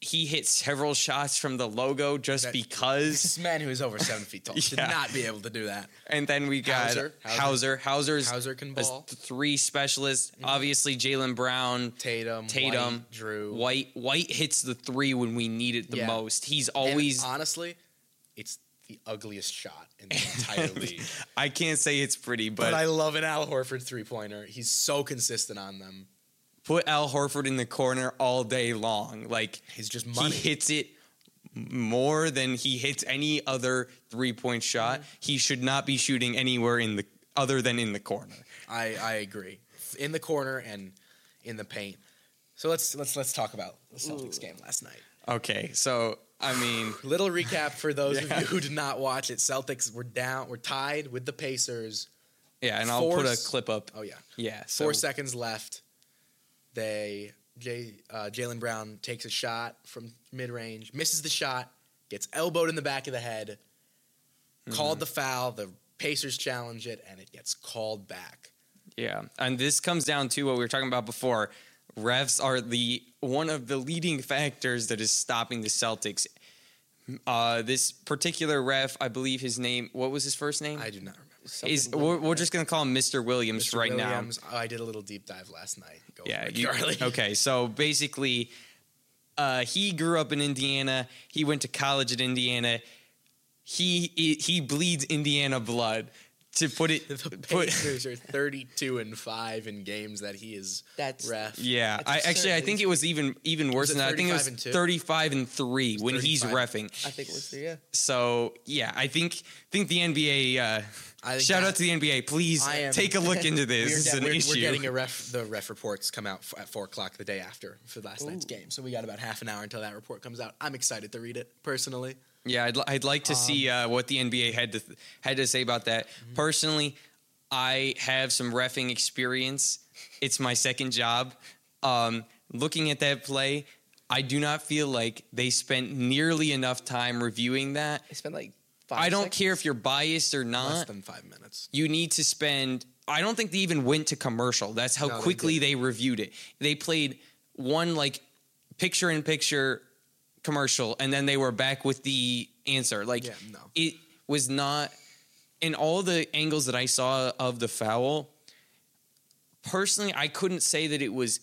he hit several shots from the logo just
That-
because.
This man who is over seven feet tall should
Yeah.
not be able to do that.
And then we got Hauser.
Hauser.
Hauser. Hauser's
Hauser can
a
ball. Mm-hmm.
three specialist. Obviously, Jalen Brown,
Tatum,
Tatum,
White, Drew,
White. White hits the three when we need it the
Yeah.
most. He's
And uh,
always.
honestly, it's the ugliest shot in the entire league.
I can't say it's pretty, but,
But, I love an Al Horford three pointer. He's so consistent on them.
put Al Horford in the corner all day long. Like
He's just money.
He hits it more than he hits any other three point
Mm-hmm.
shot. He should not be shooting anywhere in the other than in the corner.
I, I agree. In the corner and in the paint. So let's let's let's talk about the Celtics game last night.
Okay, so I mean.
Little recap for those of you who did not watch it. Celtics were down, were tied with the Pacers.
Yeah, and i I'll put a
Force-
clip up.
Oh yeah.
Yeah, so
Four seconds left. They Jay uh, Jalen Brown takes a shot from mid range, misses the shot, gets elbowed in the back of the head,
Mm-hmm.
called the foul. The Pacers challenge it, and it gets called back.
Yeah, and this comes down to what we were talking about before. Refs are the one of the leading factors that is stopping the Celtics. Uh, this particular ref, I believe his name. What was his first name?
I do not remember.
is we're, we're just gonna call him Mr. Williams
Mr.
right
Williams, oh, I did a little deep dive last night. Go
now. Yeah,
for it,
you-
Charlie.
okay. So basically, uh, he grew up in Indiana. He went to college at Indiana. He he, he bleeds Indiana blood. To put it,
The
put,
Pacers are 32 and 5 in games that he is
That's-
ref.
Yeah,
That's
I actually I
absurd.
think it was even even worse
it
than that. I think
35
it was
and two?
thirty five and three when he's
35.
refing.
I think it was three. Yeah.
So yeah, I think think the NBA. Uh,
I think
shout
that-
out to the NBA. Please
I am-
take a look into this.
We're,
this is
get-
an
we're- we're
issue.
getting a ref. The ref reports come out f- at four o'clock the day after for last night's
Ooh.
game, so we got about half an hour until that report comes out. I'm excited to read it personally.
yeah, I'd, li- I'd like to see
Um,
uh, what the NBA had to th- had to say about that.
Mm-hmm.
Personally, I have some refing experience. It's my second job. Um, looking at that play, I do not feel like they spent nearly enough time reviewing that.
I spent like five.
I don't
seconds.
care if you're biased or
Less
not.
than five minutes.
You need to spend. I don't think they even went to commercial. That's how
No, they
quickly they, reviewed it. They played one like picture in picture commercial, and then they were back with the answer. Like
Yeah, no.
it was not in all the angles that I saw of the foul. Personally, I couldn't say that it was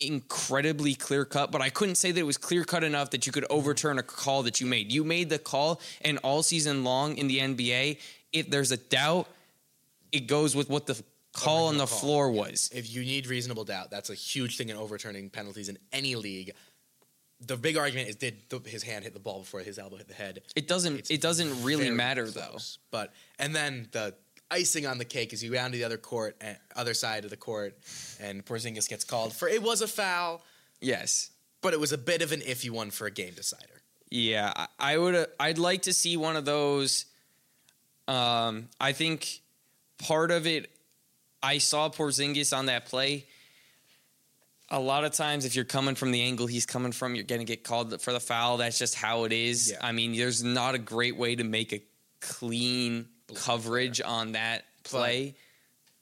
incredibly clear cut, but I couldn't say that it was clear cut enough that you could overturn a call that you made. You made the call, and all season long in the NBA, if there's a doubt, it goes with what the call on the
call.
floor was.
If you need reasonable doubt, that's a huge thing in overturning penalties in any league. The big argument is did the, his hand hit the ball before his elbow hit the head?
It doesn't.
It's
it doesn't really
very
matter
close. But and then the icing on the cake is you go down to the other court, eh, other side of the court, and Porzingis gets called for it was a foul,
though. Yes.
but it was a bit of an iffy one for a game decider.
Yeah, I- I would. uh, I'd like to see one of those. Um, I think part of it. I saw Porzingis on that play. A lot of times, if you're coming from the angle he's coming from, you're going to get called for the foul. That's just how it is.
Yeah.
I mean, there's not a great way to make a clean coverage on that play.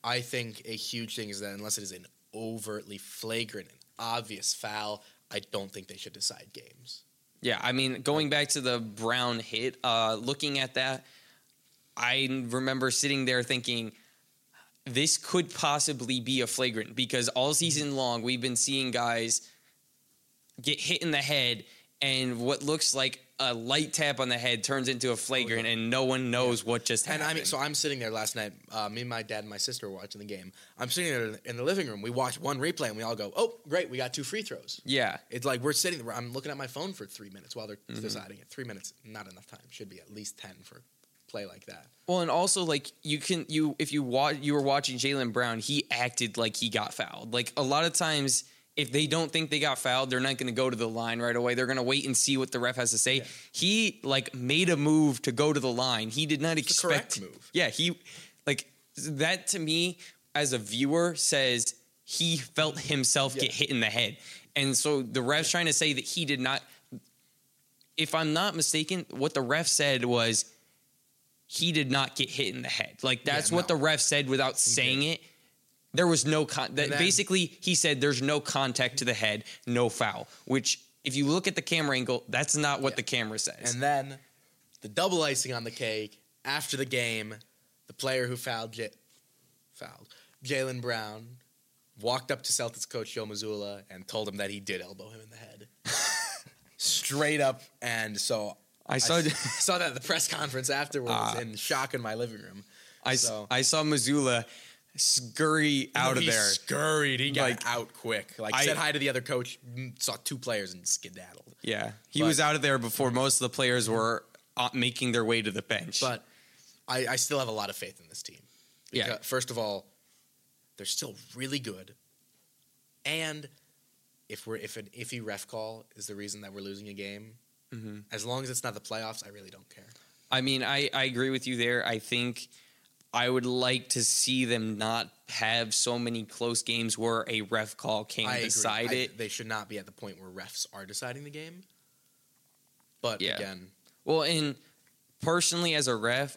I think a huge thing is that unless it is an overtly flagrant and obvious foul, I don't think they should decide games.
Yeah, I mean, going back to the Brown hit, uh, looking at that, I remember sitting there thinking, this could possibly be a flagrant because all
Mm-hmm.
season long we've been seeing guys get hit in the head, and what looks like a light tap on the head turns into a flagrant, and no one knows what just
Oh, And
happened.
I mean, so I'm sitting there last night. Uh, me and my dad and my sister were watching the game. I'm sitting there in the living room. We watch one replay and we all go, "Oh, great! We got two free throws."
yeah,
It's like we're sitting there. I'm looking at my phone for three minutes while they're deciding it. Three minutes, not enough time. Should be at least ten for a play like that.
Well, and also like you can you if you watch you were watching Jalen Brown, he acted like he got fouled. Like a lot of times, if they don't think they got fouled, they're not going to go to the line right away. They're going to wait and see what the ref has to say. He like made a move to go to the line. He did not
the correct
expect
move.
Yeah, he like that to me as a viewer says he felt himself get hit in the head, and so the ref's trying to say that he did not. If I'm not mistaken, what the ref said was he did not get hit in the head. Like that's what
no.
the ref said without saying it. There was no con. That
then-
basically, he said there's no contact to the head, no foul. Which, if you look at the camera angle, that's not what the camera says.
And then the double icing on the cake after the game, the player who fouled J- fouled Jalen Brown walked up to Celtics coach Joe Missoula and told him that he did elbow him in the head, straight up. And so
I saw.
s- saw that at the press conference afterwards
Ah.
in shock in my living room.
I, s-
so.
I saw Missoula scurry out of
He
there.
Scurried. He got
Like,
out quick. Like
I-
said hi to the other coach. mm, Saw two players and skedaddled.
Yeah, he
But-
was out of there before most of the players were uh, making their way to the bench.
But I, I still have a lot of faith in this team.
Yeah.
Because, First of all, they're still really good, and if we're if an iffy ref call is the reason that we're losing a game,
Mm-hmm.
as long as it's not the playoffs, I really don't care.
I mean, I, I agree with you there. I think I would like to see them not have so many close games where a ref call can
I
decide
agree. I-
it.
they should not be at the point where refs are deciding the game. But
Yeah.
again,
Well, and personally, as a ref,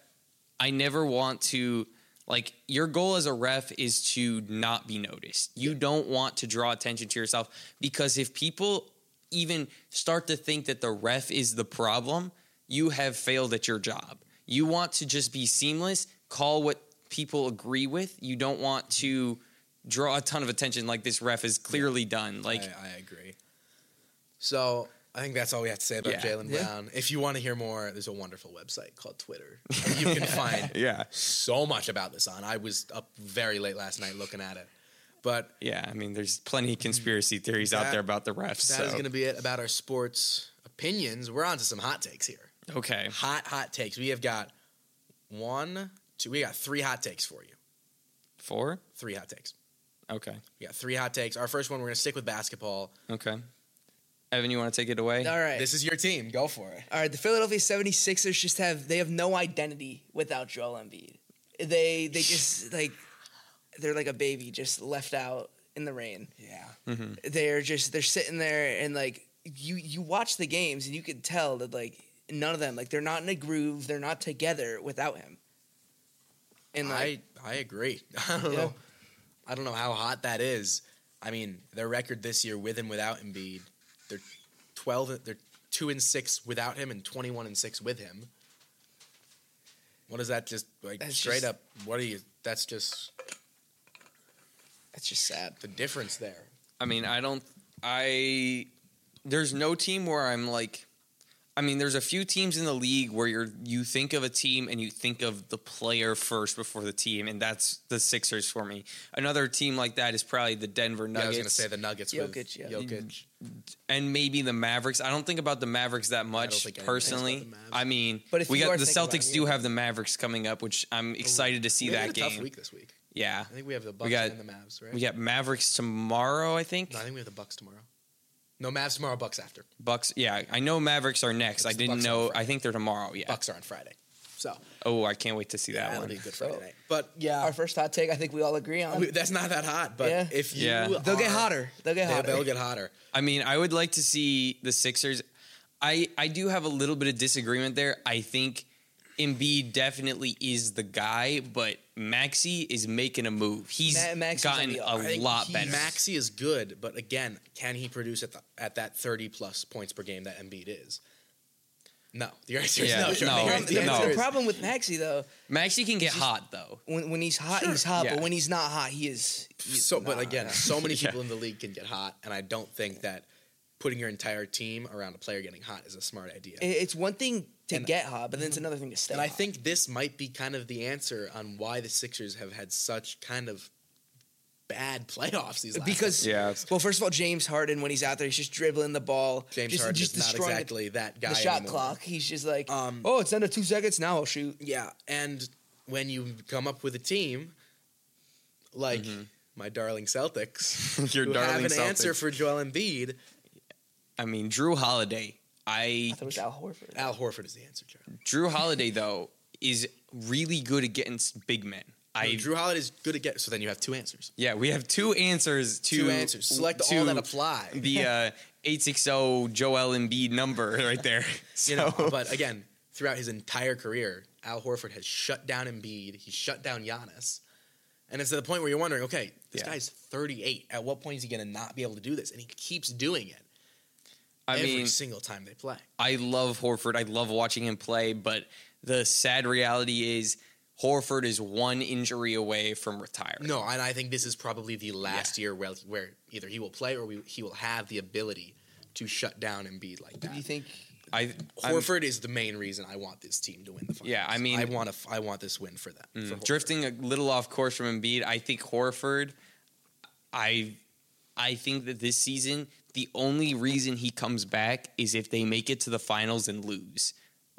I never want to like your goal as a ref is to not be noticed. You don't want to draw attention to yourself because if people even start to think that the ref is the problem, you have failed at your job. You want to just be seamless, call what people agree with. You don't want to draw a ton of attention like this ref has clearly done. Like
I, I agree. So I think that's all we have to say about
Yeah.
Jalen
Yeah.
Brown. If you want to hear more, there's a wonderful website called Twitter. you can find
yeah.
so much about this on. I was up very late last night looking at it. But
Yeah, I mean there's plenty of conspiracy theories out
That-
there about the refs.
that is
so.
going to be it about our sports opinions. We're on to some hot takes here.
Okay.
Hot, hot takes. We have got one, two, we got three hot takes for you.
Four?
Three hot takes.
Okay.
We got three hot takes. Our first one, we're going to stick with basketball.
Okay. Evan, you want to take it away?
All right.
This is your team. Go for it.
All right, the Philadelphia 76ers just have they have no identity without Joel Embiid. They they just like they're like a baby just left out in the rain.
Yeah.
Mm-hmm.
They're just they're sitting there and like you you watch the games and you could tell that like none of them like they're not in a groove, they're not together without him. And like
I, I agree. I don't
Yeah.
know. I don't know how hot that is. I mean, their record this year with and without Embiid, they're twelve. and- They're two and six without him, and twenty-one and six with him. What is that? Just like
That's
straight
just-
up. What are you? That's just
that's just sad.
the difference there.
I mean, I don't. I. There's no team where I'm like. I mean, there's a few teams in the league where you're you think of a team and you think of the player first before the team, and that's the Sixers for me. Another team like that is probably the Denver
Yeah, I
Nuggets.
was gonna say the Nuggets with
Jokic, yeah.
Jokic.
and maybe the Mavericks. I don't think about the Mavericks that much
think anyone thinks about
personally.
the Mavs.
I mean,
But if
we
you
got
are
the
thinking about it,
Celtics do
yeah.
have the Mavericks coming up, which I'm excited to see
we had
that
a
game.
tough week this week.
Yeah,
I think we have the Bucks
got-
and the Mavs, right?
we got Mavericks tomorrow. I think.
No, I think we have the Bucks tomorrow. No, Mavs tomorrow. Bucks after.
Bucks. Yeah, I know Mavericks are next.
It's
I
the
didn't
Bucks on
know.
Friday.
I think they're tomorrow. Yeah.
Bucks are on Friday, so
Oh, I can't wait to see that
that'll
one.
be a good
So-
Friday night. But yeah,
Our first hot take I think we all agree on.
We, that's not that hot, but
Yeah.
if you
Yeah.
they'll get
are-
hotter. They'll get
They'll,
hotter.
they'll get hotter.
I mean, I would like to see the Sixers. I I do have a little bit of disagreement there. I think Embiid definitely is the guy, but Maxi is making a move. He's
Ma- Maxi's on
gotten
the up.
a
I think
lot
He-
better.
Maxi is good, but again, can he produce at the, at that thirty plus points per game that Embiid is? No, the answer is
Yeah,
no.
no,
Jordan. The
Problem-
answer
the,
is
no.
the problem with Maxi though,
Maxi can get hot though.
when, when he's hot, he's hot,
Yeah.
but when he's not hot, he is. he is
So, but
not.
again, so many
Yeah.
people in the league can get hot, and I don't think that putting your entire team around a player getting hot is a smart idea.
It- it's one thing to
And-
get hot, but then it's another thing to stay.
and I
hot.
think this might be kind of the answer on why the Sixers have had such kind of bad playoffs these last
because
couple
Yeah.
years.
well, first of all, James Harden when he's out there, he's just dribbling the ball.
James
just,
Harden
just
is not
destroying the-
exactly that
the,
guy.
shot
anymore.
clock. He's just like,
Um,
oh, it's under two seconds now. I'll shoot.
Yeah, and when you come up with a team like my darling Celtics,
Mm-hmm. Your
who have
darling
an answer
Celtics.
for Joel Embiid,
I mean, Drew Holiday. I
I thought it was Al Horford.
Al Horford is the answer. Joel.
Drew Holiday though is really good against big men. I
No, Drew Holiday's good at get. So then you have two answers.
Yeah, we have two answers to
Two answers. Select all
to
that apply.
The uh, eight six zero Joel Embiid number right there. So,
You know, but again, throughout his entire career, Al Horford has shut down Embiid. He shut down Giannis. And it's to the point where you're wondering, okay, this
Yeah.
guy's 38. At what point is he going to not be able to do this? And he keeps doing it
I
every
mean,
single time they play.
I love Horford. I love watching him play, but the sad reality is Horford is one injury away from retiring.
No, and I think this is probably the last year where, where either he will play or we, he will have the ability to shut down Embiid like
Do you
that.
think?
I I'm-
Horford is the main reason I want this team to win the finals.
Yeah, I mean-
I mm, want to. I want this win for them. for Horford.
Mm, drifting a little off course from Embiid. I think Horford. I, I think that this season the only reason he comes back is if they make it to the finals and lose.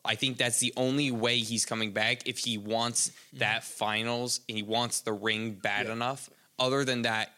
I think that's the only way he's coming back if he wants that finals and he wants the ring bad
Mm. Yeah.
enough. Other than that,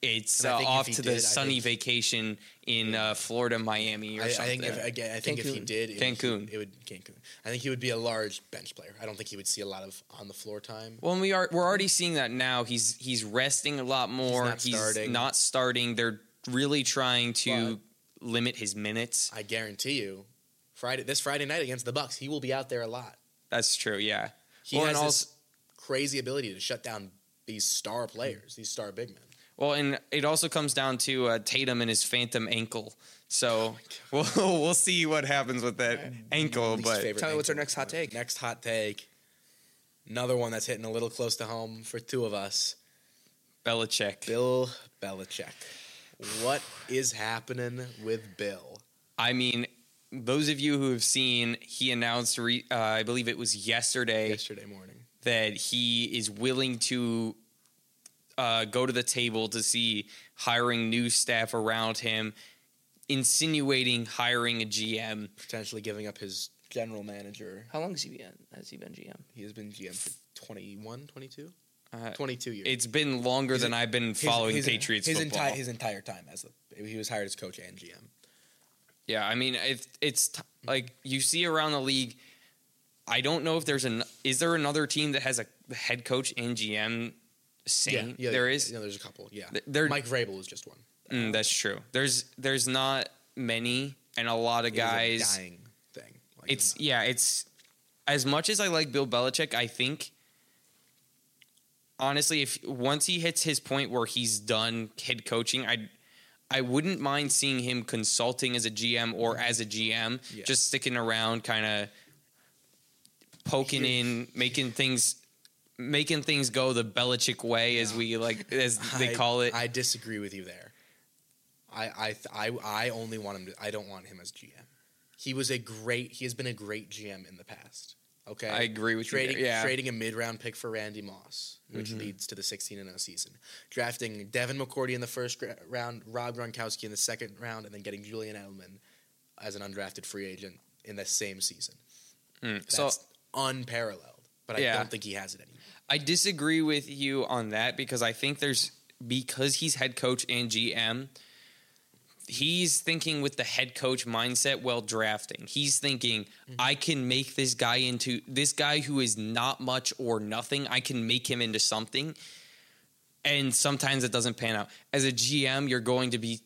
it's
And I
uh,
think if
off
he
to
did,
the
I
sunny
think-
vacation in uh, Florida, Miami, or
I, I
something.
think if again, I think if he
Cancun.
did it would-
Cancun.
it would Cancun. I think he would be a large bench player. I don't think he would see a lot of on the floor time.
Well, and we are we're already seeing that now. He's he's resting a lot more.
not starting.
not starting. They're really trying to limit his minutes.
I guarantee you, Friday this Friday night against the Bucks, he will be out there a lot.
That's true. Yeah.
He
Well,
has
and
this crazy ability to shut down these star players, these star big men.
Well, and it also comes down to uh, Tatum and his phantom ankle. So we'll we'll see what happens with that ankle.
Oh Least
But
favorite
Tell me what's our
ankle.
next hot take.
Oh, Next hot take. Another one that's hitting a little close to home for two of us.
Belichick,
Bill Belichick. What is happening with Bill?
I mean, those of you who have seen, he announced, re- uh, I believe it was yesterday,
Yesterday morning.
that he is willing to uh, go to the table to see hiring new staff around him, insinuating hiring a GM.
Potentially giving up his general manager.
How long has he been? Has he been GM?
He has been GM for 21, 22?
Uh,
22 years.
It's been longer
His-
than I've been
His-
following
his-
Patriots
his
football.
entire his entire time as the, he was hired as coach and GM.
Yeah, I mean, if it's t- like you see around the league, I don't know if there's an is there another team that has a head coach and GM same. there is.
No, there's a couple. Yeah,
Th- there-
Mike Vrabel was just one.
Mm, that's true. There's there's not many, and a lot of
It was a
guys.
dying thing. Like,
It's yeah. It's as much as I like Bill Belichick, I think honestly, if once he hits his point where he's done head coaching, I I wouldn't mind seeing him consulting as a GM or as a GM,
Yeah.
just sticking around, kind of poking in, making things. Making things go the Belichick way, as we like, as they
I-
call it.
I disagree with you there. I I th- I, I only want him. To, I don't want him as GM. He was a great. He has been a great GM in the past. Okay,
I agree with you
trading
there, yeah. Mm-hmm.
trading a mid round pick for Randy Moss, which leads to the sixteen and zero season. Drafting Devin McCourty in the first gra- round, Rob Gronkowski in the second round, and then getting Julian Edelman as an undrafted free agent in the same season.
Mm. So
That's unparalleled. But I
Yeah.
don't think he has it anymore.
I disagree with you on that because I think there's because he's head coach and GM, he's thinking with the head coach mindset while drafting. He's thinking, I can make this guy into this guy who is not much or nothing, I can make him into something. And sometimes it doesn't pan out. As a GM, you're going to be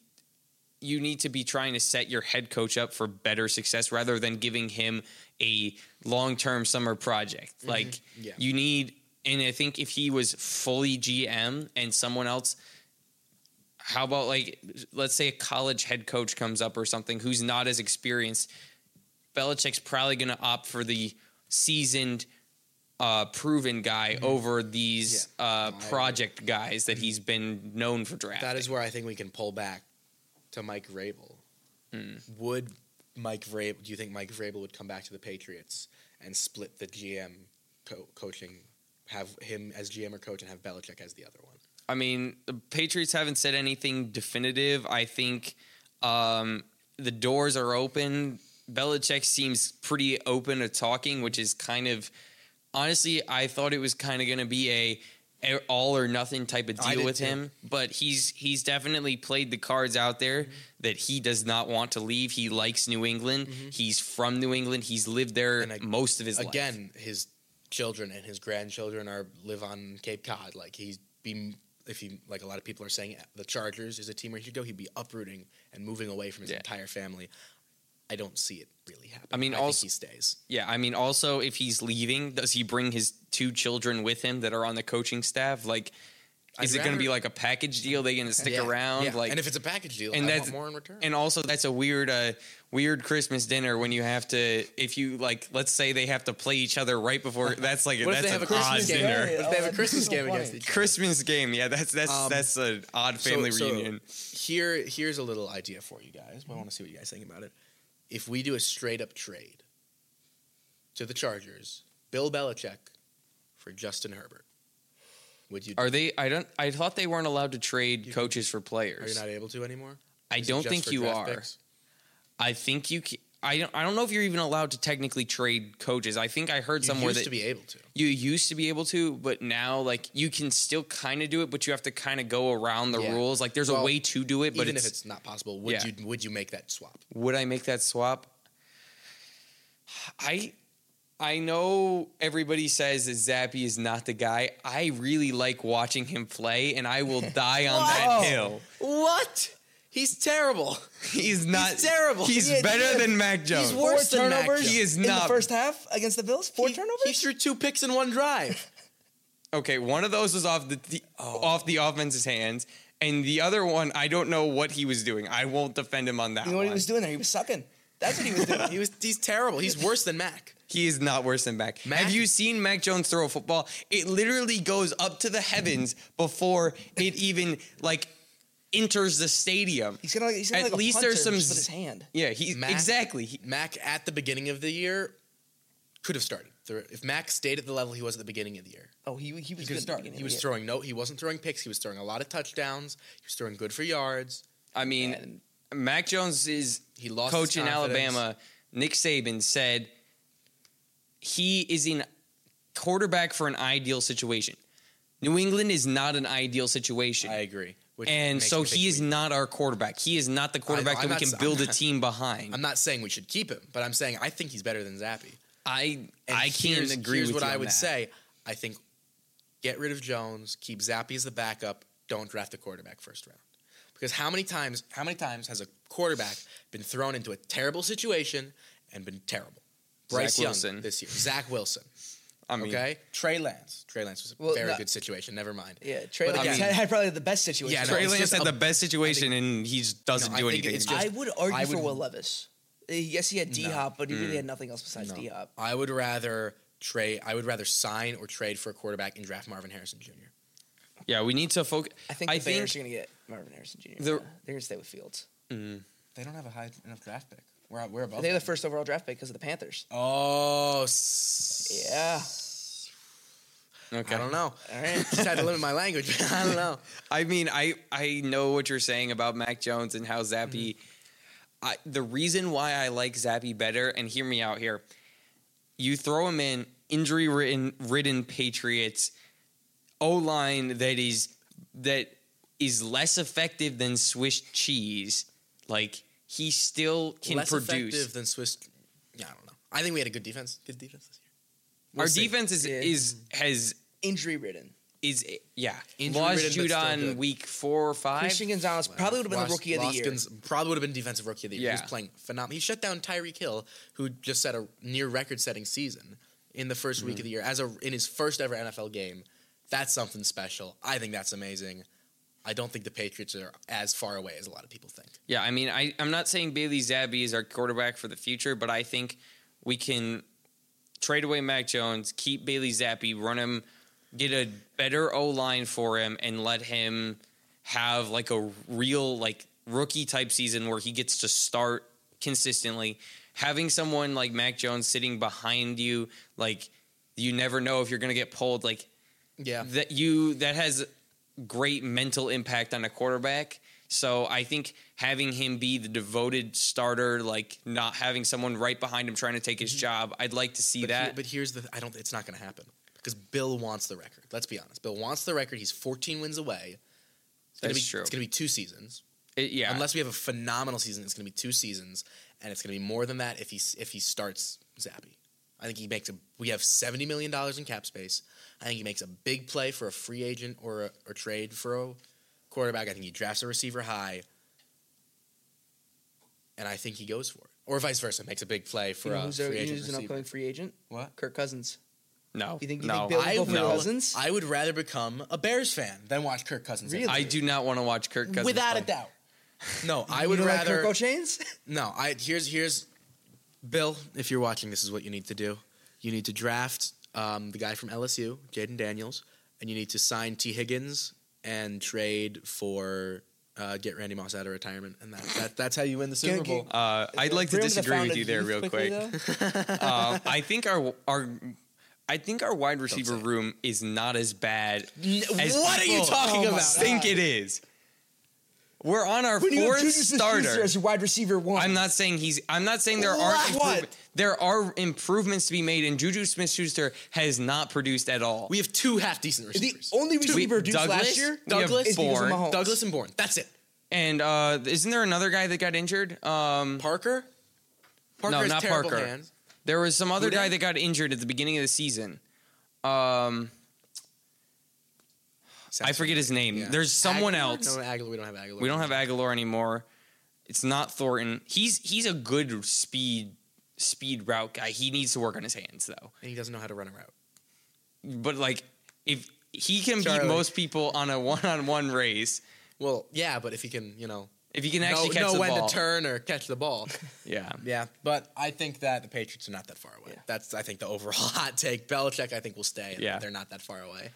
you need to be trying to set your head coach up for better success rather than giving him a long-term summer project. Like
Yeah.
you need and I think if he was fully GM and someone else how about like let's say a college head coach comes up or something who's not as experienced Belichick's probably going to opt for the seasoned uh, proven guy over these uh,
I-
project guys that he's been known for drafting.
That is where I think we can pull back to Mike Vrabel.
Hmm.
Would Mike Vrabel? Do you think Mike Vrabel would come back to the Patriots and split the GM co- coaching, have him as GM or coach, and have Belichick as the other one?
I mean, the Patriots haven't said anything definitive. I think um, the doors are open. Belichick seems pretty open to talking, which is kind of honestly, I thought it was kind of going to be a a- all or nothing type of
I
deal
did
with
too.
him, but he's he's definitely played the cards out there
Mm-hmm.
that he does not want to leave. He likes New England. He's from New England. He's lived there
And ag-
most of his life.
Again, his children and his grandchildren are live on Cape Cod. Like he's be if he like a lot of people are saying the Chargers is a team where he should go. He'd be uprooting and moving away from his
Yeah.
entire family. I don't see it really happening.
I mean,
think
also-
he stays.
Yeah, I mean, also if he's leaving, does he bring his two children with him that are on the coaching staff? Like, is
I'd
it going to be
rather-
like a package deal? They going to stick
Yeah,
around?
yeah.
Like,
and if it's a package deal,
and
I
that's-
want more in return.
and also that's a weird, uh, weird Christmas dinner when you have to, if you like, let's say they have to play each other right before. That's like
What if
that's
they have
an
a Christmas
odd
game?
dinner.
What if they have a Christmas game against each
Christmas game, yeah, that's that's
Um,
that's an odd
so-
family
so-
reunion.
Here, here's a little idea for you guys. but I want to see what you guys think about it. If we do a straight up trade to the Chargers, Bill Belichick for Justin Herbert, would you?
Are they? I don't. I thought they weren't allowed to trade
You-
coaches for
are you
players.
not able to anymore?
I
Is it
don't
just
think
for
you
draft
are.
picks?
I think you. ca- I don't, I don't know if you're even allowed to technically trade coaches. I think I heard
You
somewhere
used
that
to be able to.
you used to be able to, but now like you can still kind of do it, but you have to kind of go around the
Yeah.
rules. Like there's a
Well,
way to do it, but
Even
it's,
if it's not possible, would
Yeah.
you would you make that swap?
would I make that swap? I I know everybody says that Zappy is not the guy. I really like watching him play, and I will die on that
Wow.
hill.
What? He's terrible.
He's not
terrible.
He's
Yeah,
better
yeah.
than Mac Jones.
Four
worse than Mac
turnovers
Jones.
He is
in the
not-
first half against the Bills. Four
He-
turnovers.
He threw two picks in one drive.
okay, one of those was off the, the
Oh.
off the offense's hands, and the other one I don't know what he was doing. I won't defend him on that
you know what
one.
he was doing there? He was sucking. That's what he was doing.
he was he's terrible. He's worse than Mac.
He is not worse than Mac.
Mac-
Have you seen Mac Jones throw a football? It literally goes up to the heavens before it even like enters the stadium.
He's gonna. He's gonna
At
like
least
a punter
there's some
just with
z-
his hand.
Yeah, he
Mac-
exactly. He,
Mac at the beginning of the year could have started. There- If Mac stayed at the level he was at the beginning of the year,
Oh, he he was
he
good.
was,
at the beginning
he
of
was
the
throwing no, he wasn't throwing picks. He was throwing a lot of touchdowns. He was throwing good for yards.
I mean,
And-
Mac Jones is
He lost his
coach in
confidence.
Alabama. Nick Saban said he is in quarterback for an ideal situation. New England is not an ideal situation.
I agree. Which
and
makes
so
me think
he
we-
is not our quarterback. He is not the quarterback
I'm
that we
not
can
s- I'm
build a
not-
team behind.
I'm not saying we should keep him, but I'm saying I think he's better than Zappy.
I
And
I can't
here's-
agree
Here's what
with you
I
on
would
that.
say: I think get rid of Jones, keep Zappy as the backup. Don't draft the quarterback first round because how many times how many times has a quarterback been thrown into a terrible situation and been terrible? Bryce Young
Wilson.
this year, Zach Wilson.
I mean,
okay, Trey Lance. Trey Lance was a
Well,
very
no-
good situation. Never mind.
Yeah, Trey
But
Lance
again-
had probably the best situation.
Yeah, no,
Trey
it's
Lance
just
had
a-
the best situation, and he just doesn't
No, I
do
think
anything.
it's
I
just-
would argue
I
for
would- Mm.
Will Levis. Uh, Yes, he had D Hop, but he really had nothing else besides
No.
D Hop.
I would rather trade. I would rather sign or trade for a quarterback and draft Marvin Harrison Jr.
yeah, we need to focus.
I think the Bears are going to get Marvin Harrison Jr.
The-
They're going to stay with Fields.
They don't have a high enough draft pick. We're we're above.
They're the first overall draft pick because of the Panthers.
Oh, s-
Yeah.
okay.
I don't know.
All right.
Just had to limit my language. I don't know.
I mean, I I know what you're saying about Mac Jones and how Zappy.
Mm-hmm.
I, the reason why I like Zappy better, and hear me out here, you throw him in injury ridden ridden Patriots O line that is that is less effective than Swiss cheese. Like he still can
Less
produce.
effective than Swiss. Yeah, I don't know. I think we had a good defense. Good defense this year.
Our
see.
defense is,
Yeah.
is has
Injury ridden.
is yeah
Injury-ridden,
lost
but still
Judon
good.
week four or five.
Christian Gonzalez probably would have been the
Lost-
rookie of the
lost
year.
Gons- probably would have been defensive rookie of the year. He
Yeah.
was playing phenomenal. He shut down Tyreek Hill, who just set a near record-setting season in the 1st week of the year as a in his first ever NFL game. That's something special. I think that's amazing. I don't think the Patriots are as far away as a lot of people think.
Yeah, I mean, I, I'm not saying Bailey Zappi is our quarterback for the future, but I think we can trade away Mac Jones, keep Bailey Zappi, run him, get a better O line for him, and let him have like a real like rookie type season where he gets to start consistently. Having someone like Mac Jones sitting behind you, like you never know if you're gonna get pulled. Like
Yeah.
that you that has great mental impact on a quarterback. So I think having him be the devoted starter, like not having someone right behind him trying to take his job, I'd like to see
Mm-hmm. But,
that.
he- but here's the I don't it's not going to happen because Bill wants the record. Let's be honest. Bill wants the record. He's 14 wins away. It's gonna
That's
be,
true.
It's going to be two seasons.
It- yeah,
Unless we have a phenomenal season, it's going to be two seasons, and it's going to be more than that if he s- if he starts Zappy. I think he makes a. We have seventy million dollars in cap space. I think he makes a big play for a free agent or a, or trade for a quarterback. I think he drafts a receiver high, and I think he goes for it, or vice versa, makes a big play for
You know
a
who's,
free
a,
agent.
who's an
receiver.
upcoming free agent?
What?
Kirk Cousins.
no,
You think- you
no,
think Bill-
I
Go for
will-
Cousins?
I would rather become a Bears fan than watch Kirk Cousins.
Really?
I do not want to watch Kirk Cousins
without a
play.
doubt. No, I would
you don't like
rather.
Kirk O'Chains?
No, I here's here's Bill. If you're watching, this is what you need to do. You need to draft um, the guy from LSU, Jaden Daniels, and you need to sign T. Higgins and trade for uh, get Randy Moss out of retirement, and that, that that's how you win the Super
Get-
Bowl.
get-
Uh, I'd like to
Bring him the
disagree
fountain
with
of
you there,
youth
real
quickly,
quick.
though.
Uh, I think our our I think our wide receiver
say it.
room is not as bad.
N-
as
what are you
people
talking about?
Think it is. We're on our
When you have
fourth
Juju Smith-Schuster
starter.
as your wide receiver one,
I'm not saying he's. I'm not saying there
What?
aren't.
What?
Improvement, there are improvements to be made, and Juju Smith-Schuster has not produced at all.
We have two half decent
The
receivers.
only reason we
We-
reduced last
Douglas?
year
We have
Douglas?
is because of
Bourne.
Mahomes.
Douglas and Bourne. That's it.
and uh, isn't there another guy that got injured? Um,
Parker. Parker
No,
has
not
terrible
Parker.
hands.
there was some other
Who
guy
did?
that got injured at the beginning of the season. Um, I forget his name.
Yeah.
There's someone
Aguilar?
else.
No, Aguilar. We don't have Aguilar.
We don't have Aguilar anymore. It's not Thornton. He's he's a good speed speed route guy. He needs to work on his hands though.
And he doesn't know how to run a route.
But like if he can
Charlie.
beat most people on a one on one race,
Well, yeah, but if he can, you know,
if he can
know,
actually catch
know
the
when
ball,
to turn or catch the ball.
yeah.
yeah, but I think that the Patriots are not that far away.
Yeah.
That's I think the overall hot take. Belichick, I think, will stay. and
Yeah.
they're not that far away.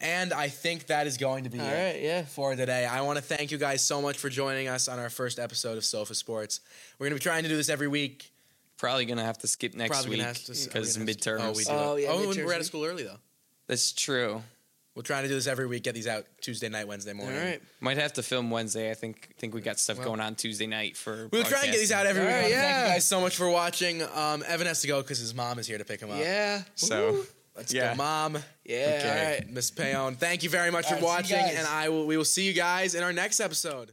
And I think that is going to be
All
it.
right, yeah.
for today. I want to thank you guys so much for joining us on our first episode of Sofa Sports. We're going to be trying to do this every week.
Probably gonna have to skip next
Probably
week
gonna have to-
because
we're
it's
gonna have to-
midterms.
Oh, we do.
Oh, yeah,
oh and
midterms
we're out
week.
of school early though.
That's true.
We're trying to do this every week. Get these out Tuesday night, Wednesday
All
morning.
right.
Might have to film Wednesday. I think think we got stuff
Well-
going on Tuesday night for.
We'll try and get these out every
All
week.
right,
Thank
yeah.
you guys so much for watching. Um, Evan has to go because his mom is here to pick him up.
Yeah.
So
Let's
Yeah.
go, mom.
Yeah. All right.
Miss Payone. Thank you very much
All
for
right, see you
watching,
guys.
and I will. We will see you guys in our next episode.